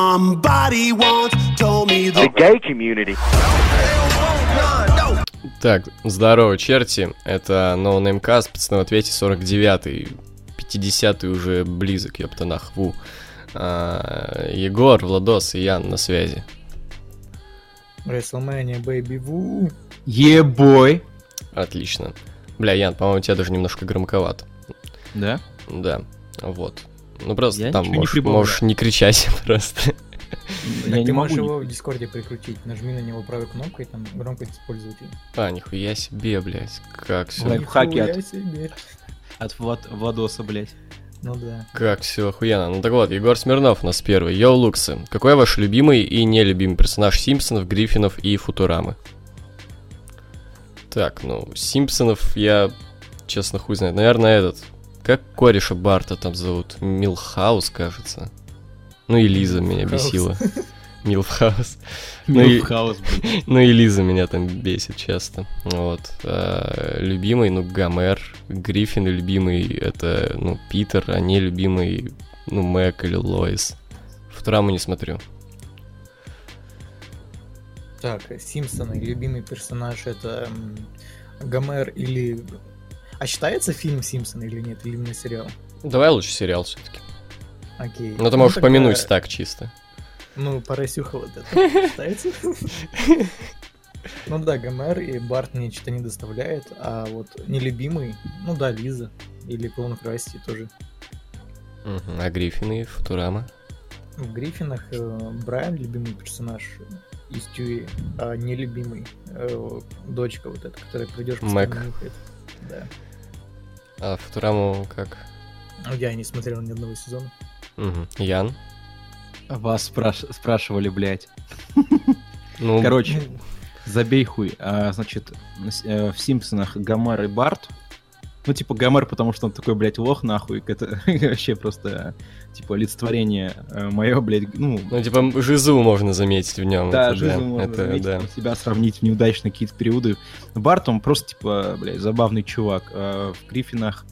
Somebody once told me the gay community. Так, здорово, черти. Это No Name Cast, пацаны, в ответе 49-й. 50-й уже близок, ёпта нахву. А, Егор, Владос и Ян на связи. WrestleMania Baby Woo. Ебой. Отлично. Бля, Ян, по-моему, у тебя даже немножко громковато. Да? Да, вот. Ну просто Я там ничего не можешь, прибавляю. можешь не кричать просто. Я Так не ты можешь могу. его в Дискорде прикрутить. Нажми на него правой кнопкой, там громкость использовать. А, нихуя себе, блядь, как все, Блядь. Лайфхаки Нихуя от- себе. От Влад- Владоса, блядь. Ну да. как все охуенно. Ну так вот, Егор Смирнов у нас первый. Йоу, Луксы, какой ваш любимый и нелюбимый персонаж Симпсонов, Гриффинов и Футурамы? Так, ну, Симпсонов я, честно, хуй знает. Наверное, этот. Как кореша Барта там зовут? Милхаус, кажется. Ну и Лиза меня Милфхаус. бесила. Милфхаус. Ну и- Милфхаус, блядь. Ну и Лиза меня там бесит часто. Вот. А, любимый, ну, Гомер. Гриффин и любимый это, ну, Питер, а не любимый, ну, Мэг или Лоис. Футураму не смотрю. Так, Симпсоны. Любимый персонаж это м, Гомер или... А считается фильм Симпсоны или нет? Или именно сериал? Давай лучше сериал все-таки. Окей. Ну, ты можешь тогда- помянуть так чисто. Ну, Поросюха вот это считается. Ну да, Гомер и Барт мне что-то не доставляет, а вот нелюбимый, ну да, Лиза или Клоун Красти тоже. Мгм. А Гриффин и Футурама? В Гриффинах э, Брайан любимый персонаж и Стюи, а нелюбимый э, дочка вот эта, которая придешь Мэг. нюхает. Да. А Футураму как? Ну, Я не смотрел ни одного сезона. Мгм. Ян? Вас спраш- спрашивали, блядь. Ну, Короче, забей хуй. А, значит, с- э, в Симпсонах Гомер и Барт. Ну, типа, Гомер, потому что он такой, блядь, лох, нахуй. Это вообще просто, типа, олицетворение мое, блядь, ну... ну, типа, Жизу можно заметить в нем. Да, жизнь можно это, заметить, да. там себя сравнить в неудачные какие-то периоды. Ну, Барт, он просто, типа, блядь, забавный чувак. А в Гриффинах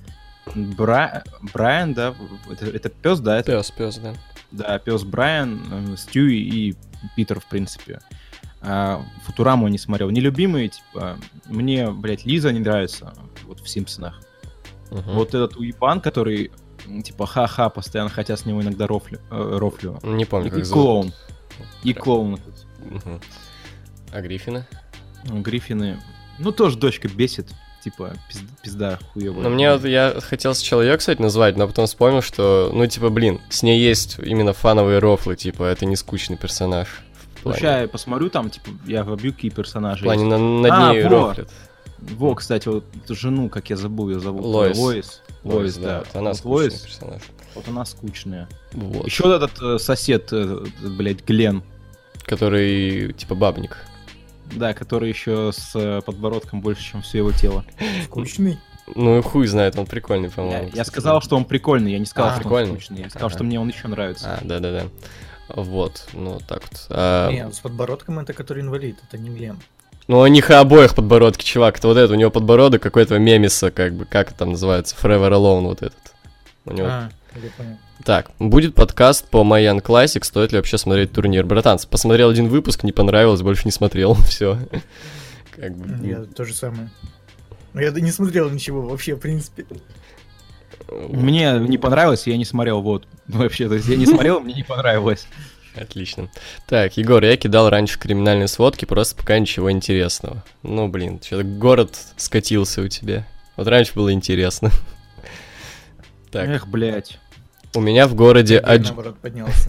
Бра... Брайан, да, в- это, пес, да, это Пес, пес, да. Да, пес Брайан, э, Стюи и Питер, в принципе. А, Футураму я не смотрел. Нелюбимые, типа, мне, блядь, Лиза не нравится вот в Симпсонах. Мгм. Вот этот уебан, который, м, типа, ха-ха, постоянно, хотя с него иногда рофлю. э, рофлю. Не И, помню, и как зовут. клоун. И клоун. этот. Мгм. А Гриффина? Гриффины. Ну, тоже дочка бесит. Типа, пизд- пизда хуевая. Ну, мне вот, я хотел сначала ее, кстати, назвать, но потом вспомнил, что, ну, типа, блин, с ней есть именно фановые рофлы, типа, это не скучный персонаж. В плане, Слушай, я посмотрю там, типа, я вобью какие в персонажи плане есть. на, над А, ней во. рофлят. Во, кстати, вот эту жену, как я забыл, ее зовут. Лоис. Лоис. Лоис, да. вот она Вот скучный Лоис. персонаж. Вот она скучная. Вот. Еще вот этот э, сосед, э, блядь, Глен, Который, типа, бабник. да, который еще с э, подбородком больше, чем все его тело. Скучный. Ну, и хуй знает, он прикольный, Я, по-моему. я кстати. сказал, что он прикольный, я не сказал, А, что прикольный. он скучный. Я сказал, Ага. что мне он еще нравится. А, да-да-да. Вот, ну, так вот. А, Не, с подбородком это который инвалид, это не Глен. Ну, у них обоих подбородки, чувак. Это вот это, у него подбородок какой-то мемиса, как бы, как это там называется, Forever Alone вот этот. У него А, я понял. Так, будет подкаст по Майян Classic, стоит ли вообще смотреть турнир. Братанцы, посмотрел один выпуск, не понравилось, больше не смотрел, все. Как бы, Я то же самое. Ну, Я не смотрел ничего вообще, в принципе. м, Мне не понравилось, я не смотрел, вот. Вообще, то есть я не смотрел, мне не понравилось. Отлично. Так, Егор, я кидал раньше криминальные сводки, просто пока ничего интересного. Ну, блин, что-то город скатился у тебя. Вот раньше было интересно. Так, Эх, блядь. у меня в городе... Я Адж- наоборот поднялся.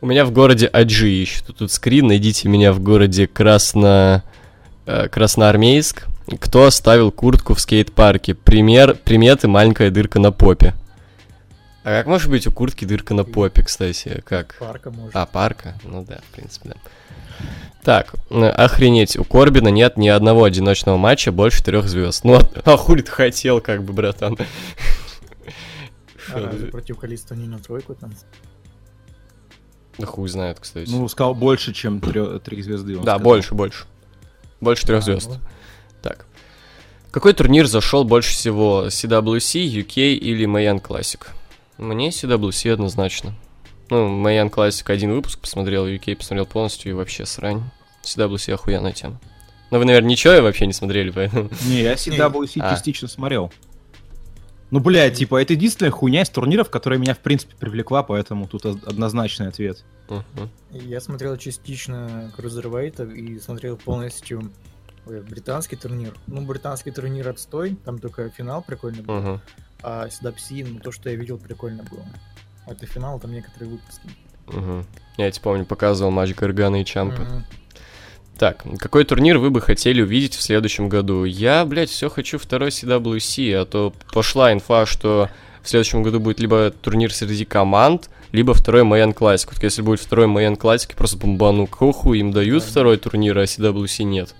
У меня в городе Аджи ищут. Тут скрин, найдите меня в городе Красно... э, Красноармейск. Кто оставил куртку в скейт-парке? Пример, приметы, маленькая дырка на попе. А как может быть у куртки дырка на попе, кстати? Как? Парка, может. А, парка? Ну да, в принципе, да. Так, э, охренеть, у Корбина нет ни одного одиночного матча больше трех звезд. Ну, а, а хули ты хотел, как бы, братан? А Шо, разве против количества не на тройку там. да Хуй знает, кстати. Ну, сказал больше, чем трё- три звезды. он Да, сказал. больше, больше. Больше трех А, звезд. ну. Так. Какой турнир зашел больше всего? CWC, UK или Mayan Classic? Мне CWC однозначно. Ну, Майян Классик один выпуск посмотрел, UK посмотрел полностью, и вообще срань. Всегда был себе охуенная тема. Но вы, наверное, ничего вообще не смотрели, поэтому... Не, я CWC А. частично смотрел. Ну, бля, типа, это единственная хуйня из турниров, которая меня, в принципе, привлекла, поэтому тут од- однозначный ответ. Мгм. Я смотрел частично Cruiserweight и смотрел полностью э, британский турнир. Ну, британский турнир отстой, там только финал прикольный был, Мгм. а Сидапси, ну, то, что я видел, прикольно было. А Это финал, там некоторые выпуски. Мгм. Я тебе помню, показывал матч Гаргана и Чампы. Мгм. Так, какой турнир вы бы хотели увидеть в следующем году? Я, блядь, все хочу второй CWC, а то пошла инфа, что в следующем году будет либо турнир среди команд, либо второй Майян Классик. Вот если будет второй Майян Классик, я просто бомбану коху, им дают Да. второй турнир, а CWC нет.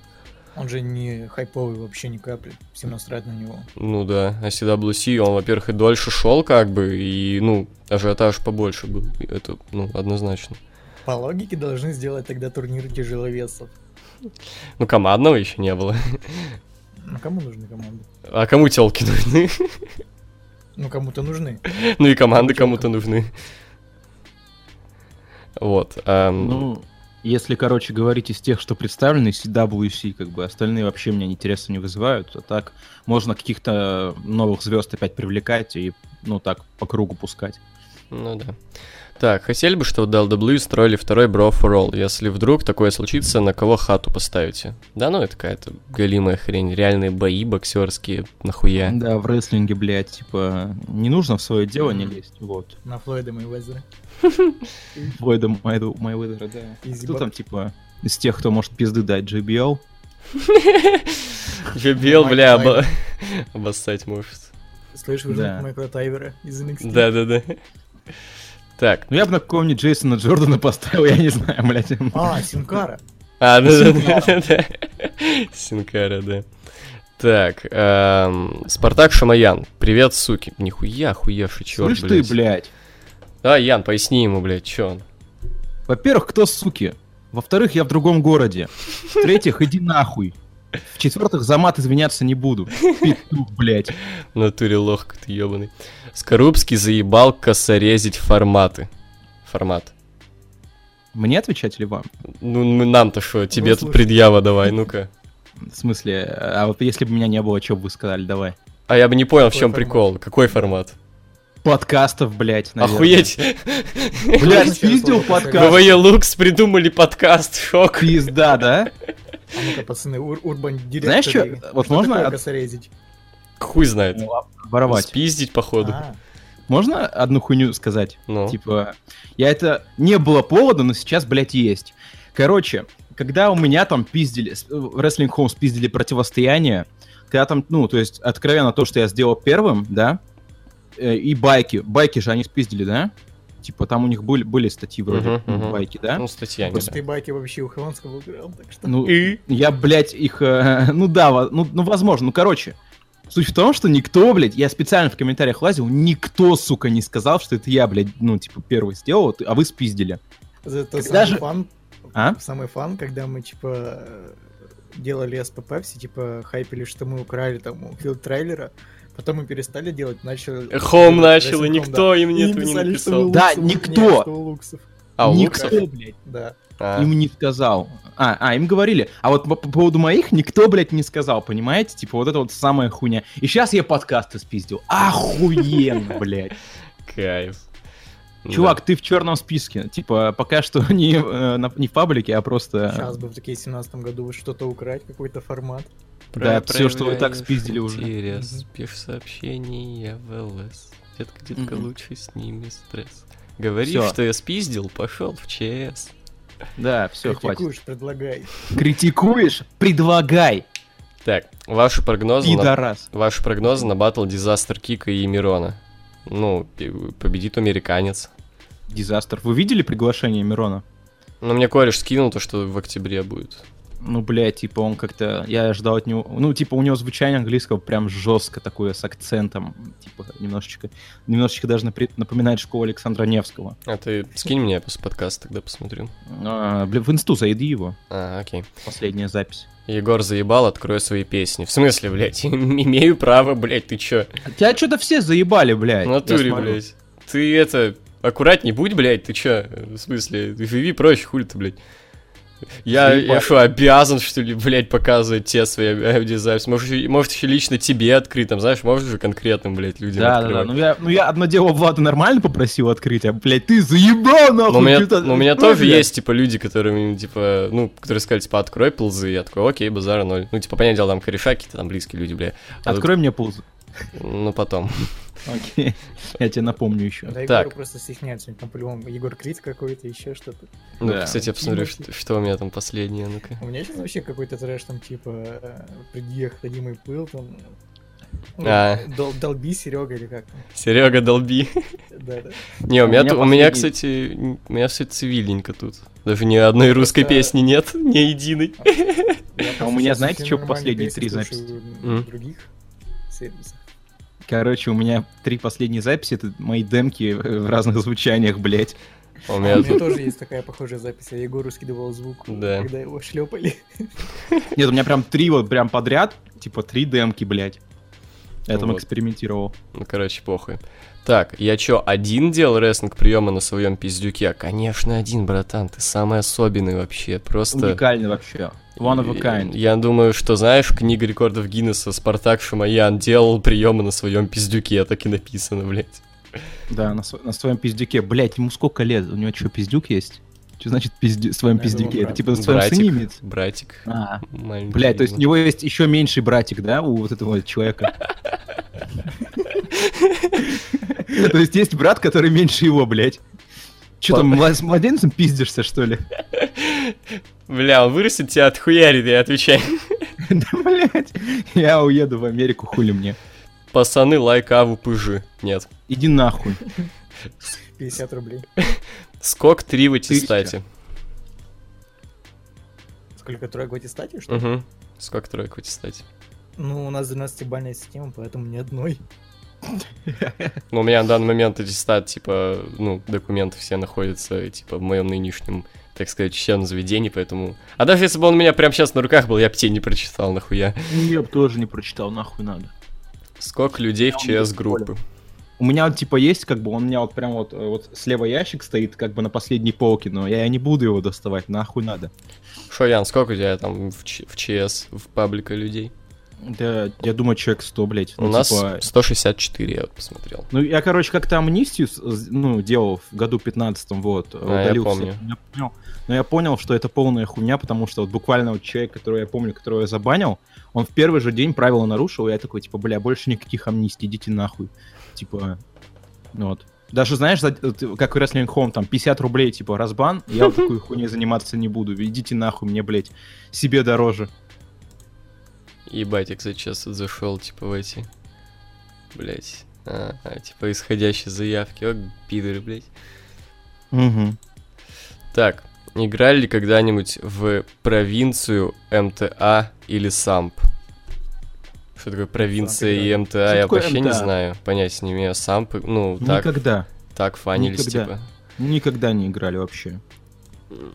Он же не хайповый вообще ни капли, всем насрать на него. Ну да, а CWC, он, во-первых, и дольше шел как бы, и, ну, ажиотаж побольше был. И Это, ну, однозначно. По логике должны сделать тогда турнир тяжеловесов. Ну, командного еще не было. Ну, кому нужны команды? А кому телки нужны? Ну, кому-то нужны. Ну и команды Чё, кому-то нужны. Вот. эм, Ну, если, короче, говорить из тех, что представлены, CWC, как бы, остальные вообще меня интереса не вызывают, а так можно каких-то новых звезд опять привлекать и, ну, так, по кругу пускать. ну да. Так, хотели бы, чтобы DLW строили второй Bro for All? Если вдруг такое случится, на кого хату поставите? Да ну, это какая-то галимая хрень. Реальные бои боксерские, нахуя. Да, в рестлинге, блядь, типа, не нужно в свое дело не лезть, вот. На Флойда Мэйвезера. Флойда Майду- Мэйвезера, да. Изи Кто баб. там, типа, из тех, кто может пизды дать, JBL? Я бил, Майк бля, Тайвер. обо- обоссать может. Слышь, Да. вы Майкла Тайвера из NXT. Да-да-да. Так. Ну, я бы на какого-нибудь Джейсона Джордана поставил, я не знаю, блядь. А, Синкара. А, да-да-да. Синкара, да. Так, эм, Спартак Шамаян. Привет, суки. Нихуя, охуевший черт, Слышь ты, блядь. Да, Ян, поясни ему, блядь, чё он. Во-первых, кто суки? Во-вторых, я в другом городе. В-третьих, иди нахуй. В-четвертых, за мат извиняться не буду. Петух, блядь. В натуре лох ты ёбаный. Скорубский заебал косорезить форматы. Формат. Мне отвечать или вам? Ну, м- нам-то что, тебе тут слушай. предъява давай, ну-ка. В смысле, а вот если бы меня не было, что бы вы сказали, давай. А я бы не понял, в Какой чем формат? прикол. Какой формат? Подкастов, блядь, наверное. Охуеть! Блядь, пиздил подкаст. ВВЕ Лукс придумали подкаст, шок. Пизда, да? А ну-ка, пацаны, ур- урбан директор. Знаешь, что, вот можно такое от- косорезить? Хуй знает. ну, воровать? Спиздить, походу. А, Можно одну хуйню сказать? Ну. Типа, я это... Не было повода, но сейчас, блядь, есть. Короче, когда у меня там пиздили... с- э, в Wrestling Home спиздили противостояние, когда там, ну, то есть, откровенно то, что я сделал первым, да, э, и байки. Байки же они спиздили, да? Типа, там у них были, были статьи вроде Мгм, мгм. байки, да? Ну, статья не а? Просто ты байки вообще у Хованского украл, так что... Ну, И? я, блядь, их... э, ну да, во- ну, ну, возможно. Ну, короче. Суть в том, что никто, блядь, я специально в комментариях лазил, никто, сука, не сказал, что это я, блядь, ну, типа, первый сделал, а вы спиздили. Зато когда самый же- фан, А? самый фан, когда мы, типа, э, делали СПП, все, типа, хайпели, что мы украли там у филд-трейлера, потом мы перестали делать, начали... Э, Хом начал, и Home, никто им да. И нету не писали, что мы написал. Да, луксовые, никто. нет, что у луксов. А, никто, Луксов? блядь, Да. А. им не сказал. А, а, им говорили. А вот по, по поводу моих никто, блядь, не сказал, понимаете? Типа, вот это вот самая хуйня. И сейчас я подкасты спиздил. Охуенно, блядь. Кайф. Чувак, ты в черном списке. Типа, пока что не, э, на- не в паблике, а просто... Сейчас бы в такие 17 году вы что-то украть, какой-то формат. Да, все, что вы так спиздили уже. Интерес, пишешь сообщение в ЛС. Детка, детка, Мгм. лучше с ними стресс. Говоришь, Всё. что я спиздил, пошел в ЧС. Да, все, хватит. Критикуешь, предлагай. Критикуешь? Предлагай, Так, ваши прогнозы, на... пидорас. ваши прогнозы на батл Дизастер Кика и Мирона. Ну, пе- победит американец. Дизастер. Вы видели приглашение Мирона? Но мне кореш скинул то, что в октябре будет. Ну, блядь, типа он как-то... Я ждал от него... Ну, типа у него звучание английского прям жестко такое, с акцентом. Типа немножечко... Немножечко даже напри- напоминает школу Александра Невского. А ты скинь мне после подкаста, тогда посмотрю. А, бля, в инсту зайди его. А, окей. Последняя запись. Егор заебал, открой свои песни. В смысле, блядь? Имею право, блядь, ты чё? Тебя что-то все заебали, В блядь. натуре, я смотрю. блядь. Ты это... Аккуратней будь, блядь, ты чё? В смысле, живи проще, хули ты, блядь. Я, Заебал. я что, обязан, что ли, блядь, показывать те свои аудиозаписи? Может, ещё- может, еще лично тебе открыть, там, знаешь, может же конкретным, блядь, людям Да, да, да. открывать. Ну я, ну я одно дело Влада нормально попросил открыть, а, блядь, ты заебал, нахуй! Но у меня, чё-то- но у меня Ну, тоже блядь. есть, типа, люди, которые, типа, ну, которые сказали, типа, открой ползы, я такой, окей, базара ноль. Ну, типа, понятное дело, там кореша какие-то там близкие люди, бля. А тут- Открой мне пузо. Ну, потом. Окей. Я тебе напомню еще. Да, Так. Егору просто стесняется, у него там по-любому Егор Крид какой-то, еще что-то. Ну, Да. кстати, я посмотрю, что, что у меня там последнее, ну-ка. У меня сейчас вообще какой-то трэш там, типа, э, предъехать пыл там. Ну, А. дол- долби, Серега, или как там. Серега, долби. Да, да. Не, у У меня, меня ту- у меня, последний. кстати, н- у меня все цивильненько тут. Даже ни одной русской Просто- песни нет, ни единой. Я А у просто меня, сейчас знаете, совсем чё нормально последние песни три слушаю М. на других сервисах. Короче, у меня три последние записи, это мои демки э, в разных звучаниях, блядь. А У У меня меня тут... тоже есть такая похожая запись. Я Егору скидывал звук, Да. когда его шлепали. Нет, у меня прям три вот прям подряд, типа три демки, блядь. Я там Вот. экспериментировал. Ну, короче, похуй. Так, я чё, один делал рестлинг приема на своем пиздюке? Конечно, один, братан, ты самый особенный вообще, просто... Уникально вообще. One of a kind. Я думаю, что, знаешь, книга рекордов Гиннесса Спартак Шамаян делал приемы на своем пиздюке, так и написано, блядь. Да, на, сво- на своем пиздюке. Блядь, ему сколько лет? У него что, пиздюк есть? Что значит пиздю... своем Я пиздюке? думаю, Это брат. типа на своем сыне имеется? братик. ну. А, маленький, блядь, то есть у видимо. него есть еще меньший братик, да, у вот этого человека? То есть есть брат, который меньше его, блядь. Че Па- там, мла- с младенцем пиздишься, что ли? Бля, он вырастет тебя отхуярит, я отвечаю. Да, блядь, я уеду в Америку, хули мне. Пацаны, лайк, аву, пыжи. Нет. Иди нахуй. 50 рублей. Скок 3 в Тысяча. аттестате. Сколько троек в аттестате, что ли? Угу. Скок тройка в аттестате. Ну, у нас 12-бальная система, поэтому ни одной. Ну, у меня на данный момент аттестат, типа, ну, документы все находятся, типа, в моем нынешнем, так сказать, членном заведении, поэтому... А даже если бы он у меня прямо сейчас на руках был, я бы тебе не прочитал, нахуя. Ну, Я бы тоже не прочитал, нахуй надо. Скок людей в Я умею ЧС группы. У меня вот типа есть, как бы, он у меня вот прям вот, э, вот слева ящик стоит, как бы на последней полке, но я не буду его доставать, нахуй надо. Шо, Ян, сколько у тебя там в, Ч- в ЧС, в паблика людей? Да, я думаю, человек 100, блядь. У Ну, нас типа, 164, я вот посмотрел. Ну, я, короче, как-то амнистию, с- с- ну, делал в году 15-м, вот, А, я помню. все. Я понял- но я понял, что это полная хуйня, потому что вот буквально вот человек, которого я помню, которого я забанил, он в первый же день правила нарушил, и я такой, типа, бля, больше никаких амнистий, идите нахуй. Типа, ну вот. Даже, знаешь, за- ты- как в Wrestling Home, там, 50 рублей, типа, разбан, я вот такой хуйней заниматься не буду, идите нахуй, мне, блядь, себе дороже. Ебать, я, кстати, сейчас вот зашел, типа, в эти... Блять. А, а, типа, исходящие заявки. О, пидоры, блять. Угу. Так, играли ли когда-нибудь в провинцию МТА или САМП? Что такое провинция и МТА, Что я такое вообще не МТА? знаю. Понятия не имею. САМП, ну, так, Никогда, так фанились, Никогда. типа. никогда не играли вообще. М,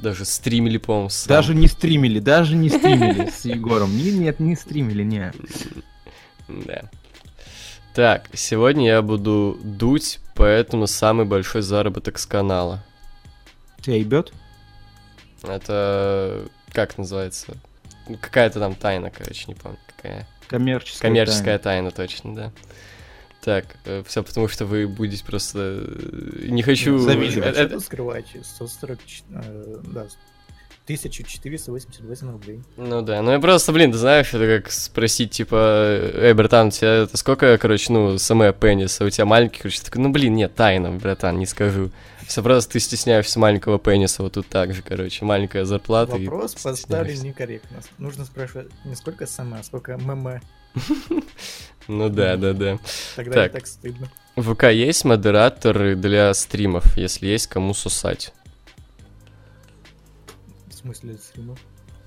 Даже стримили, по-моему, в «Самп». Даже не стримили, даже не стримили с Егором. Не- Нет, не стримили, не. Да. Так, сегодня я буду дуть, поэтому самый большой заработок с канала. Тебя ебет? Это как называется? Ну, Какая-то там тайна, короче, не помню, какая. Коммерческая. Коммерческая тайна, точно, да. Так, все потому что вы будете просто. э, Не хочу. завидовать. э, Что э, тут скрывать? 140... э, Да, 1488 рублей. Ну да, ну я просто, блин, ты знаешь, это как спросить, типа, эй, братан, у тебя это сколько, короче, ну, самое пениса, у тебя маленький, короче, ты такой, ну, блин, нет, тайна, братан, не скажу. Все просто ты стесняешься маленького пениса, вот тут так же, короче, маленькая зарплата. и Вопрос ты поставлен стесняешься. некорректно. Нужно спрашивать не сколько сама, а сколько мм. Ну да, да, да. Тогда Так. не так стыдно. В ВК есть модераторы для стримов, если есть кому сосать? В смысле, стримов.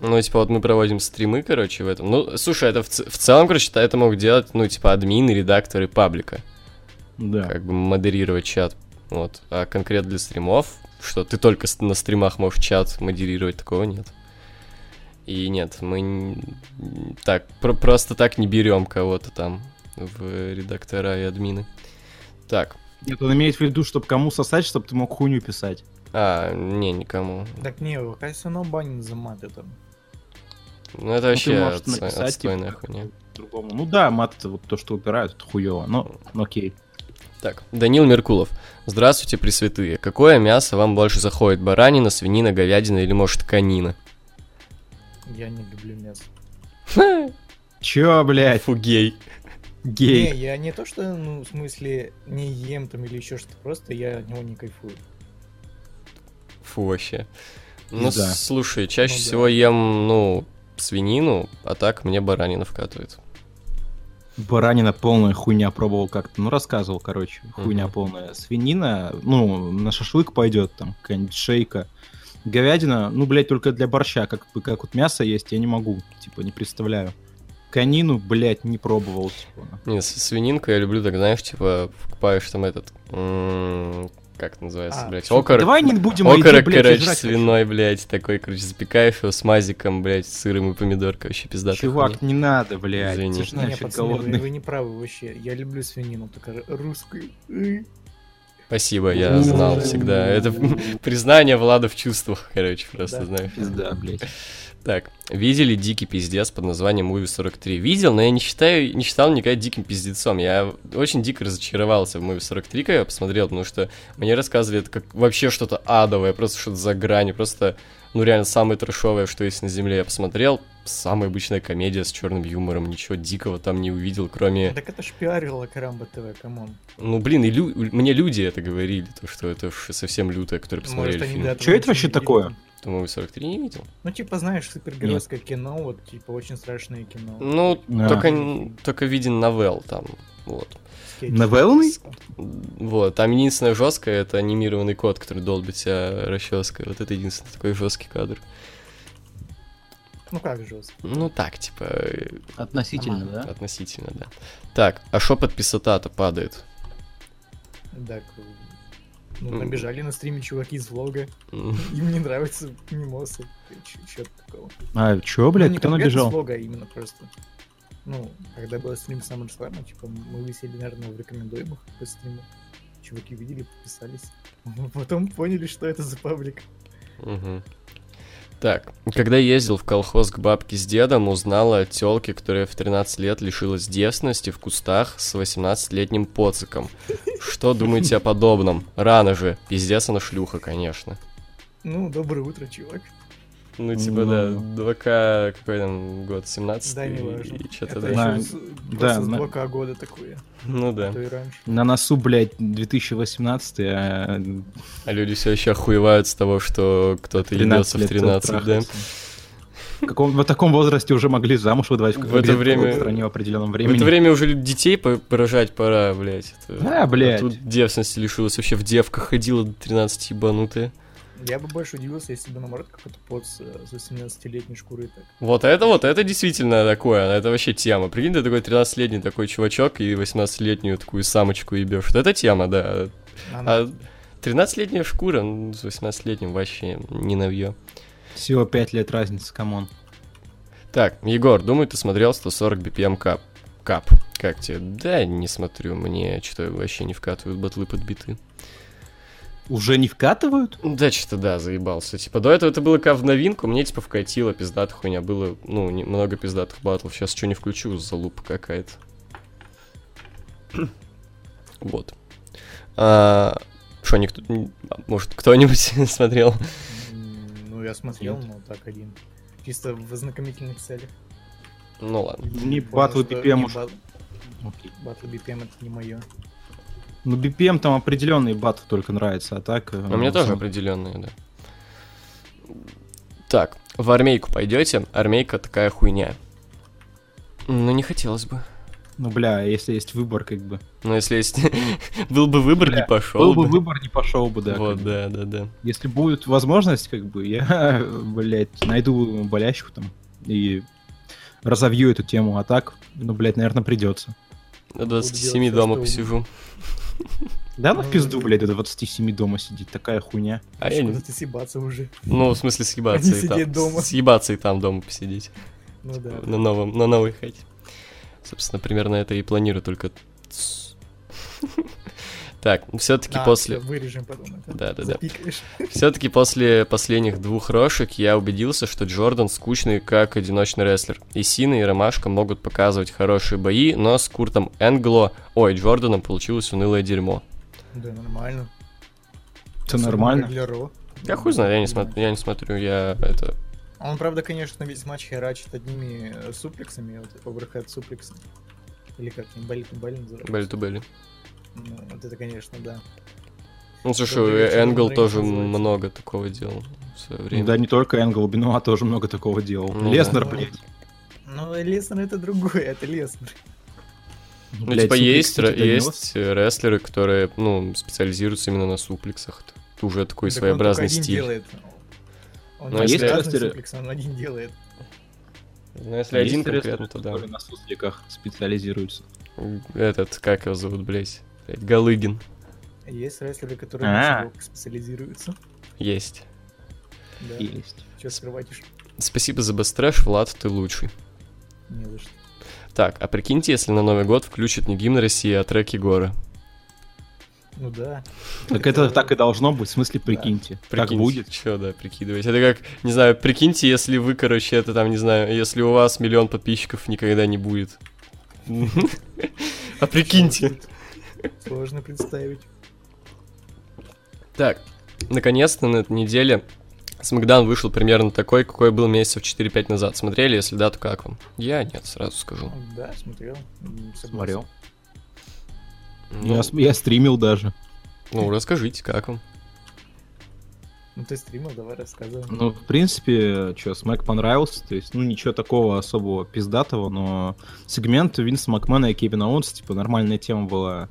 Ну, типа, вот мы проводим стримы, короче, в этом. Ну, слушай, это в, ц- в целом, короче, та- это могут делать, ну, типа, админы, редакторы паблика. Да. Как бы модерировать чат. Вот. А конкретно для стримов, что ты только с- на стримах можешь чат модерировать, такого нет. И нет, мы н- н- так, про- просто так не берем кого-то там в редактора и админы. Так, Нет, он имеет в виду, чтобы кому сосать, чтобы ты мог хуйню писать. А, не, никому. Так не, Кайсено банит за мат это. Ну это Ну, ты вообще можешь отстой- написать, типа, отстойная хуйня. Другому. Ну да, мат, это вот то, что убирают, это хуево. Но, ну окей. Так, Данил Меркулов. Здравствуйте, пресвятые. Какое мясо вам больше заходит? Баранина, свинина, говядина или, может, канина? Я не люблю мясо. Чё, блядь, Фугей. гей? Не, я не то, что, ну, в смысле, не ем там или еще что-то, просто я от него не кайфую. Фу, вообще. Ну, Пизда. слушай, чаще Ну да. всего ем, ну, свинину, а так мне баранина вкатывает. Баранина полная хуйня пробовал как-то. Ну, рассказывал, короче. Хуйня Мгм. полная. Свинина, ну, на шашлык пойдет там, какая-нибудь шейка. Говядина, ну, блядь, только для борща, как бы, как вот мясо есть, я не могу, типа, не представляю. Канину, блядь, не пробовал, типа. Не, с- свининку я люблю, так, знаешь, типа, покупаешь там этот... м, Как это называется, А, блядь? Чё, Окорок. типа, Давай не будем о еде, Окорок, блядь, короче, жрать. свиной, блядь, такой, короче, запекаешь его с мазиком, блядь, с сыром и помидоркой, вообще пизда. Чувак, не надо, блядь. Извини. Ты ж Не, нафиг пацаны, вы, голодный. вы не правы вообще. Я люблю свинину, такая русскую. Ы. Спасибо, я знал всегда. Это признание Влада в чувствах, короче, просто, Да. знаешь. Пизда, блядь. Так, видели «Дикий пиздец» под названием «Муви 43». Видел, но я не считаю, не считал никогда диким пиздецом. Я очень дико разочаровался в «Муви 43», когда я посмотрел, потому что мне рассказывали это как вообще что-то адовое, просто что-то за гранью, просто, ну реально, самое трешовое, что есть на земле. Я посмотрел, самая обычная комедия с черным юмором, ничего дикого там не увидел, кроме... Так это ж пиарило Карамба ТВ, камон. Ну, блин, и лю- мне люди это говорили, то, что это уж совсем лютое, которые посмотрели Может, они фильм. до этого Чё это ничего вообще не видели. такое? Думаю, 43 не видел. Ну, типа, знаешь, супергеройское кино, вот, типа, очень страшное кино. Ну, Да. только, только виден новелл там, вот. Скетч. Новеллный? Вот, там единственное жесткое, это анимированный кот, который долбит тебя расческой. Вот это единственный такой жесткий кадр. Ну, как же. Ну так, типа, э, Относительно, да? относительно, да. Так, а шепот писота-то падает. Так, э, ну, М. набежали на стриме чуваки из влога, М, им не нравятся мимосы, чё-то такого. А, чё, Ну, блядь, не кто конкретно с набежал? влога, а именно просто. Ну, когда был стрим с Summer Slam, типа, мы висели, наверное, в рекомендуемых по стриму. Чуваки видели, подписались. Потом поняли, что это за паблик. мгм. Так, когда ездил в колхоз к бабке с дедом, узнала о тёлке, которая в 13 лет лишилась девственности в кустах с 18-летним поциком. Что думаете о подобном? Рано же. Пиздец она шлюха, конечно. Ну, доброе утро, чувак. Ну, типа, да, Ну. 2К, какой там год, 17 Да, не важно. и что-то, это да. Да, еще с, э, да, просто с на- блока года такое, Ну да. а то и раньше. На носу, блядь, 2018, а А люди все еще охуевают с того, что кто-то ебется в 13, да? В, каком, в таком возрасте уже могли замуж выдавать В это где-то время- в стране в определенном В времени. это время уже лю- детей по- поражать пора, блядь. Это- Да, А блядь. тут девственности лишилась, вообще в девках ходила до 13 ебанутая. Я бы больше удивился, если бы, наоборот, какой-то под с 18-летней шкурой так. Вот это вот, это действительно такое, это вообще тема. Прикинь, ты такой 13-летний такой чувачок и 18-летнюю такую самочку ебешь. Вот это тема, да. Она- А 13-летняя шкура ну, с 18-летним вообще не навье. Всего 5 лет разницы, камон. Так, Егор, думаю, ты смотрел 140 BPM эм кап. Кап. Как тебе? Да, не смотрю, мне что-то вообще не вкатывают батлы подбиты. Уже не вкатывают? Да, что-то да, заебался. Типа, до этого это было как в новинку, мне типа вкатило пиздата хуйня. Было, ну, не- много пиздатых батлов. Сейчас что не включу, залупа какая-то. вот. А, Что, никто... н- а, Может, кто-нибудь смотрел? М, Ну, я смотрел, но так один. Чисто в ознакомительных целях. Ну ладно. Не Понял, батлы что BPM не уж. бат- Батлы BPM это не мое. Ну, BPM там определенные баты только нравятся, а так... э, Но мне тоже сам- определенные, да. Так, в армейку пойдете? Армейка такая хуйня. Ну, не хотелось бы. Ну, бля, если есть выбор, как бы. Но если есть... Был бы выбор, не Бля, пошел Был бы бы. выбор, не пошел бы, да. как Вот, бы. да, да, да. Если будет возможность, как бы, я, блядь, найду болящих там и разовью эту тему, а так, ну, блядь, наверное, придется. До делать 27 всё, дома что посижу. Да, ну Ну, в пизду, да. блядь, до 27 дома сидеть, такая хуйня. А я не... Куда-то съебаться уже. Ну, в смысле, съебаться Они и там. сидеть дома. Съебаться и там дома посидеть. Ну да. На новом, на новой хате. Собственно, примерно это и планирую, только... тс. Так, все-таки Да, после... А, всё, Вырежем потом это. Да, да, да. Запикаешь. Все-таки после последних двух рошек я убедился, что Джордан скучный как одиночный рестлер. И Сина, и Ромашка могут показывать хорошие бои, но с Куртом Энгло, ой, Джорданом получилось унылое дерьмо. Да, нормально. Это Особенно нормально. Для Ро. Я хуй знаю, я не, смотрю, я не смотрю, я это... Он, правда, конечно, весь матч херачит одними э, суплексами, вот оверхед суплексом. Или как там, болит болит называется. Белли ту Белли. Ну, вот это, конечно, да. Ну, Добрый слушай, вечер, Энгл Андрей, тоже называется. много такого делал в свое время. Да, не только Энгл, Бенуа тоже много такого делал. Ну да. Леснер, Ну, блядь. Но Леснер Ну, это другое, это Леснер. Ну, Блядь, типа, суплекс есть, Никиты ре- Данилов. есть э, рестлеры, которые, ну, специализируются именно на суплексах. Это уже такой Так своеобразный он только один стиль. Делает. Он Ну, не а если- разный Лестеры- суплекс, он один делает. Ну, если один Есть конкретно, рестлеры, то да. которые на сусликах специализируются. Этот, как его зовут, блядь? Блядь, Галыгин. Есть рестлеры, которые А. на суплексах специализируются. Есть. Да. Есть. Че скрыватишь? Спасибо за бэстрэш, Влад, ты лучший. Не за что. Так, а прикиньте, если на Новый год включат не гимн России, а трек Егора. Ну да. Так это так и должно быть, в смысле, прикиньте. Так Прикиньте. будет. Чё, да, прикидывать. Это как, не знаю, прикиньте, если вы, короче, это там, не знаю, если у вас миллион подписчиков никогда не будет. А прикиньте. Сложно представить. Так, наконец-то на этой неделе Смакдаун вышел примерно такой, какой был месяцев 4-5 назад. Смотрели? Если да, то как вам? Я нет, сразу скажу. Да, смотрел. М, согласен. Смотрел. Ну, Я с- Я стримил даже. ну, расскажите, как вам? Ну ты стримил, давай рассказывай. Ну, в принципе, что, Смэк понравился, то есть, ну, ничего такого особого пиздатого, но сегмент Винса Макмена и Кевина Оуэнса, типа, нормальная тема была.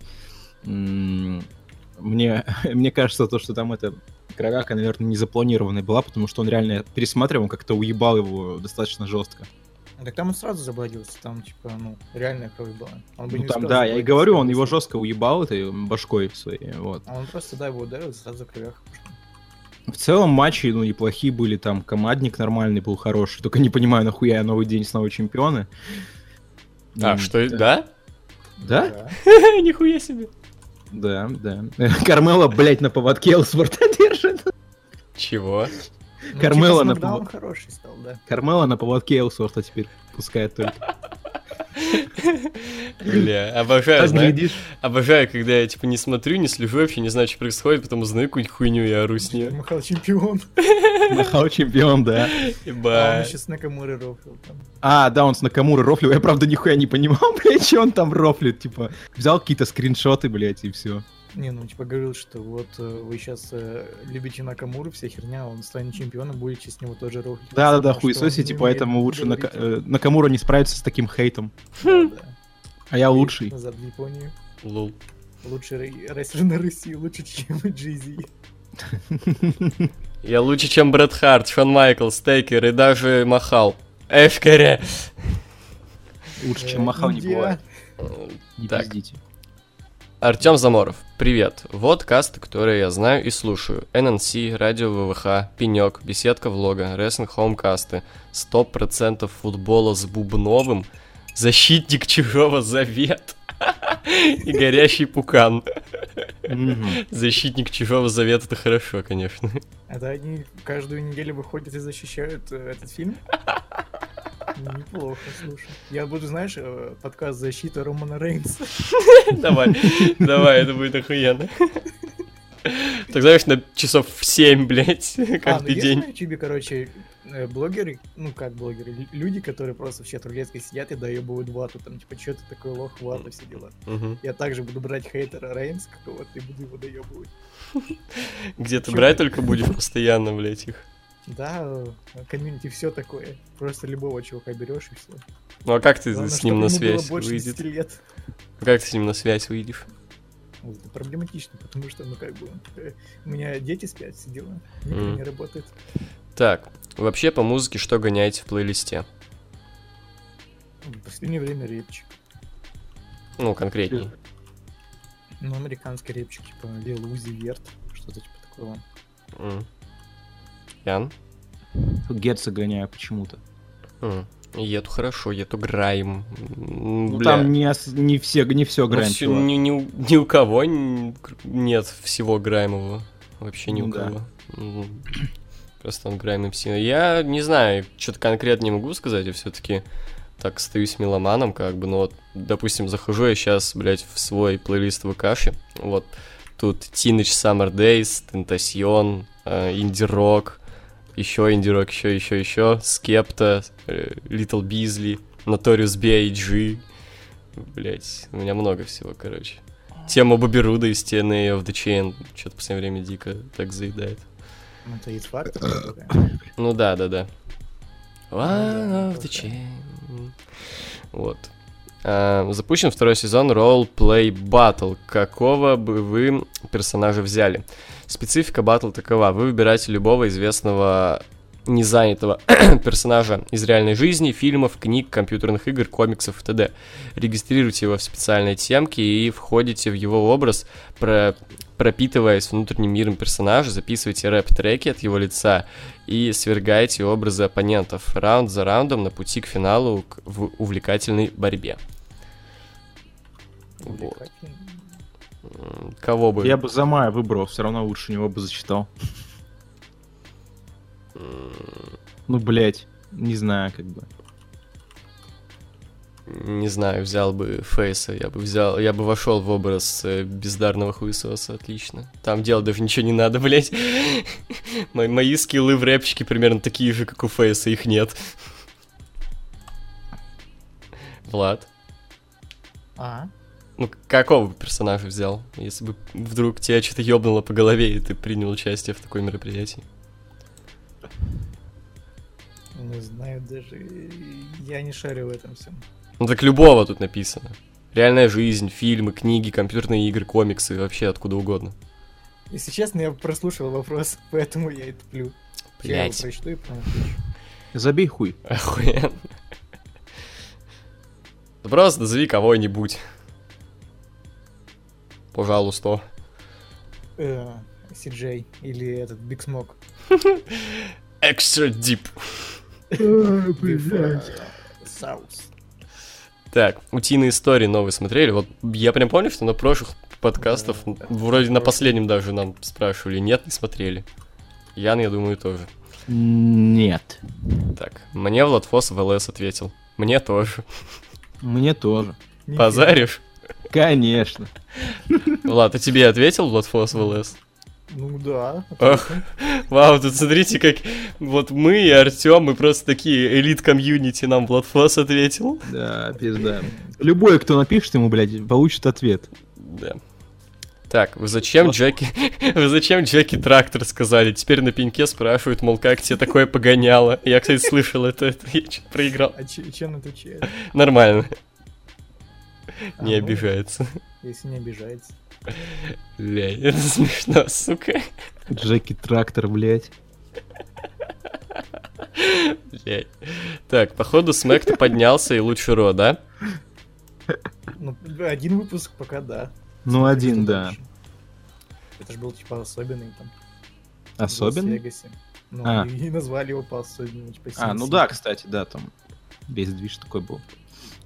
М, Мне, мне кажется, то, что там эта кровяка, наверное, не запланированная была, потому что он реально пересматривал, он как-то уебал его достаточно жестко. А Так там он сразу заблудился, там типа, ну, реальная кровь была. Он бы Ну, не там, успел да, я и заблудиться, говорю, он скорее его всего. жестко уебал этой башкой своей, вот. А Он просто, да, его ударил, и сразу кровях. пошло. В целом матчи, ну, неплохие были, там, командник нормальный был, хороший, только не понимаю, нахуя я новый день снова чемпионы. А, М, э, что, да? Да? Ну, Нихуя себе. Да, да. Кармела, блядь, на поводке Элсворта держит. Чего? Ну, Кармело типа, на Смакдаун пол- хороший стал, да. Кармела на поводке Элсворта теперь пускает только. Бля, обожаю, Так знаешь, глядишь. обожаю, когда я, типа, не смотрю, не слежу вообще, не знаю, что происходит, потом узнаю какую-нибудь хуйню и ору с А, нее. Махал чемпион. Махал чемпион, да. А он Ебать. еще с Накамурой рофлил там. А, да, он с Накамура рофлил. Я, правда, нихуя не понимал, блядь, что он там рофлит. Типа, взял какие-то скриншоты, блядь, и все. Не, ну типа говорил, что вот э, вы сейчас любите Накамуру, вся херня, он станет чемпионом, будете с него тоже рофлить. Да-да-да, Потому что хуесоси, он не типа, поэтому умеет лучше говорить. Нака- э, Накамура не справится с таким хейтом. Да, да. А я лучший. Назад в Японию. Лол. Лучше рей- рестлер на Руси, лучше, чем Джизи. Я лучше, чем Брэд Харт, Шон Майкл, Стейкер и даже Махал. Эфкере. Лучше, Э, чем Махал не Индия. бывает. Не Так. пиздите. Артем Заморов, привет. Вот касты, которые я знаю и слушаю. ННС, Радио ВВХ, Пенек, Беседка Влога, Рестлинг Хоумкасты, 100% футбола с Бубновым, Защитник Чужого Завет и Горящий Пукан. Мгм. Защитник Чужого Завета, это хорошо, конечно. Это они каждую неделю выходят и защищают э, этот фильм? Неплохо, слушай. Я буду, знаешь, э, подкаст «Защита Романа Рейнса». Давай, давай, это будет охуенно. Так знаешь, на часов в 7, блядь, А, ну каждый есть на день. ютубе, короче, э, блогеры, ну как блогеры, лю- люди, которые просто в чат рулетки сидят и доебывают вату, там, типа, что ты такой лох, вату, все дела. Мгм. Я также буду брать хейтера Рейнса какого-то и буду его доебывать. Где ты Чё? брать только будешь постоянно, блядь, их. Да, э, комьюнити все такое. Просто любого чувака берешь и все. Ну а как ты с ним на связь больше выйдет? 10 лет. Как ты с ним на связь выйдешь? Вот Это проблематично, потому что, ну, как бы, э, у меня дети спят, все дела. Никто Мгм. не работает. Так, вообще по музыке что гоняете в плейлисте? Ну, В последнее время репчик. Ну, конкретней. Ну, американский репчик, типа, Лил Узи Верт, что-то типа такого. М. Ян? Герца гоняю почему-то. М. Ету хорошо, ету грайм. М, Ну, бля. там не, ос- не все, не все Ну, грань, всё- чувак. ни, ни у- ни у кого н- кр- нет всего граймового. Вообще ни у Ну да. кого. М. Просто он грайм все. Я не знаю, что-то конкретно не могу сказать, я все-таки так остаюсь меломаном, как бы, но вот, допустим, захожу я сейчас, блядь, в свой плейлист ВКши, вот, тут Teenage Summer Days, э, Тентасьон, Инди-рок, еще Инди-рок, еще, еще, еще, Скепта, э, Little Beasley, Notorious B.I.G., Блять, у меня много всего, короче. Тема Боберуда из Э, TNA of the Chain что-то в последнее время дико так заедает. Ну, Это есть Э, факт. Ну да, да, да. да, One of the слушай. chain. Вот. А, запущен второй сезон Role Play Battle. Какого бы вы персонажа взяли? Специфика батл такова. Вы выбираете любого известного незанятого персонажа из реальной жизни, фильмов, книг, компьютерных игр, комиксов и т.д. Регистрируйте его в специальной темке и входите в его образ, про- пропитываясь внутренним миром персонажа, записывайте рэп-треки от его лица, и свергайте образы оппонентов раунд за раундом на пути к финалу к- в увлекательной борьбе. Вот. М, Кого бы... Я бы за Мая выбрал, все равно лучше него бы зачитал. М, Ну, блять, не знаю, как бы. Не знаю, взял бы Фейса, я бы взял, я бы вошел в образ э, бездарного хуесоса, отлично. Там делать даже ничего не надо, блять. Мои, мои скиллы в рэпчике примерно такие же, как у Фейса, их нет. Влад, А, Ну, какого бы персонажа взял, если бы вдруг тебя что-то ёбнуло по голове, и ты принял участие в такой мероприятии? не знаю даже. Я не шарю в этом всем. Ну так любого тут написано. Реальная жизнь, фильмы, книги, компьютерные игры, комиксы, вообще откуда угодно. Если честно, я прослушал вопрос, поэтому я и туплю. Я его Блять, прочту и потом отвечу. Забей хуй. охуенно. Да просто назови кого-нибудь. Пожалуйста. Э, CJ или этот Биг Смок. Extra Deep. э, Саус. Так, утиные истории новые смотрели. Вот я прям помню, что на прошлых подкастов, Да, да. вроде на последнем даже нам спрашивали, нет, не смотрели. Ян, я думаю, тоже. Нет. Так, мне Влад Фос в ЛС ответил. Мне тоже. Мне тоже. Позаришь? Конечно. Влад, а тебе ответил Влад Фос в ЛС? Ну да. Ах, вау, тут смотрите, как вот мы и Артем, мы просто такие элит-комьюнити, нам Влад Фос ответил. Да, пизда. Любой, кто напишет ему, блядь, получит ответ. Да. Так, вы зачем Джеки... вы зачем Джеки трактор сказали? Теперь на пеньке спрашивают, мол, как тебе такое погоняло? Я, кстати, слышал это, это я чё-то проиграл. А че- чем отвечает? Нормально, А, не ну, обижается. Если не обижается. Бля, это смешно, сука. Джеки Трактор, блядь. Бля. Так, походу, Смэк ты поднялся и лучше Ро, да? Ну, один выпуск пока да. Ну, Смотрим, один, что да. дальше. Это же был типа особенный там. В Особенный? Лас-Вегасе. Ну, А. и, и назвали его по особенному. Типа, А, ну CNC. да, кстати, да, там весь движ такой был.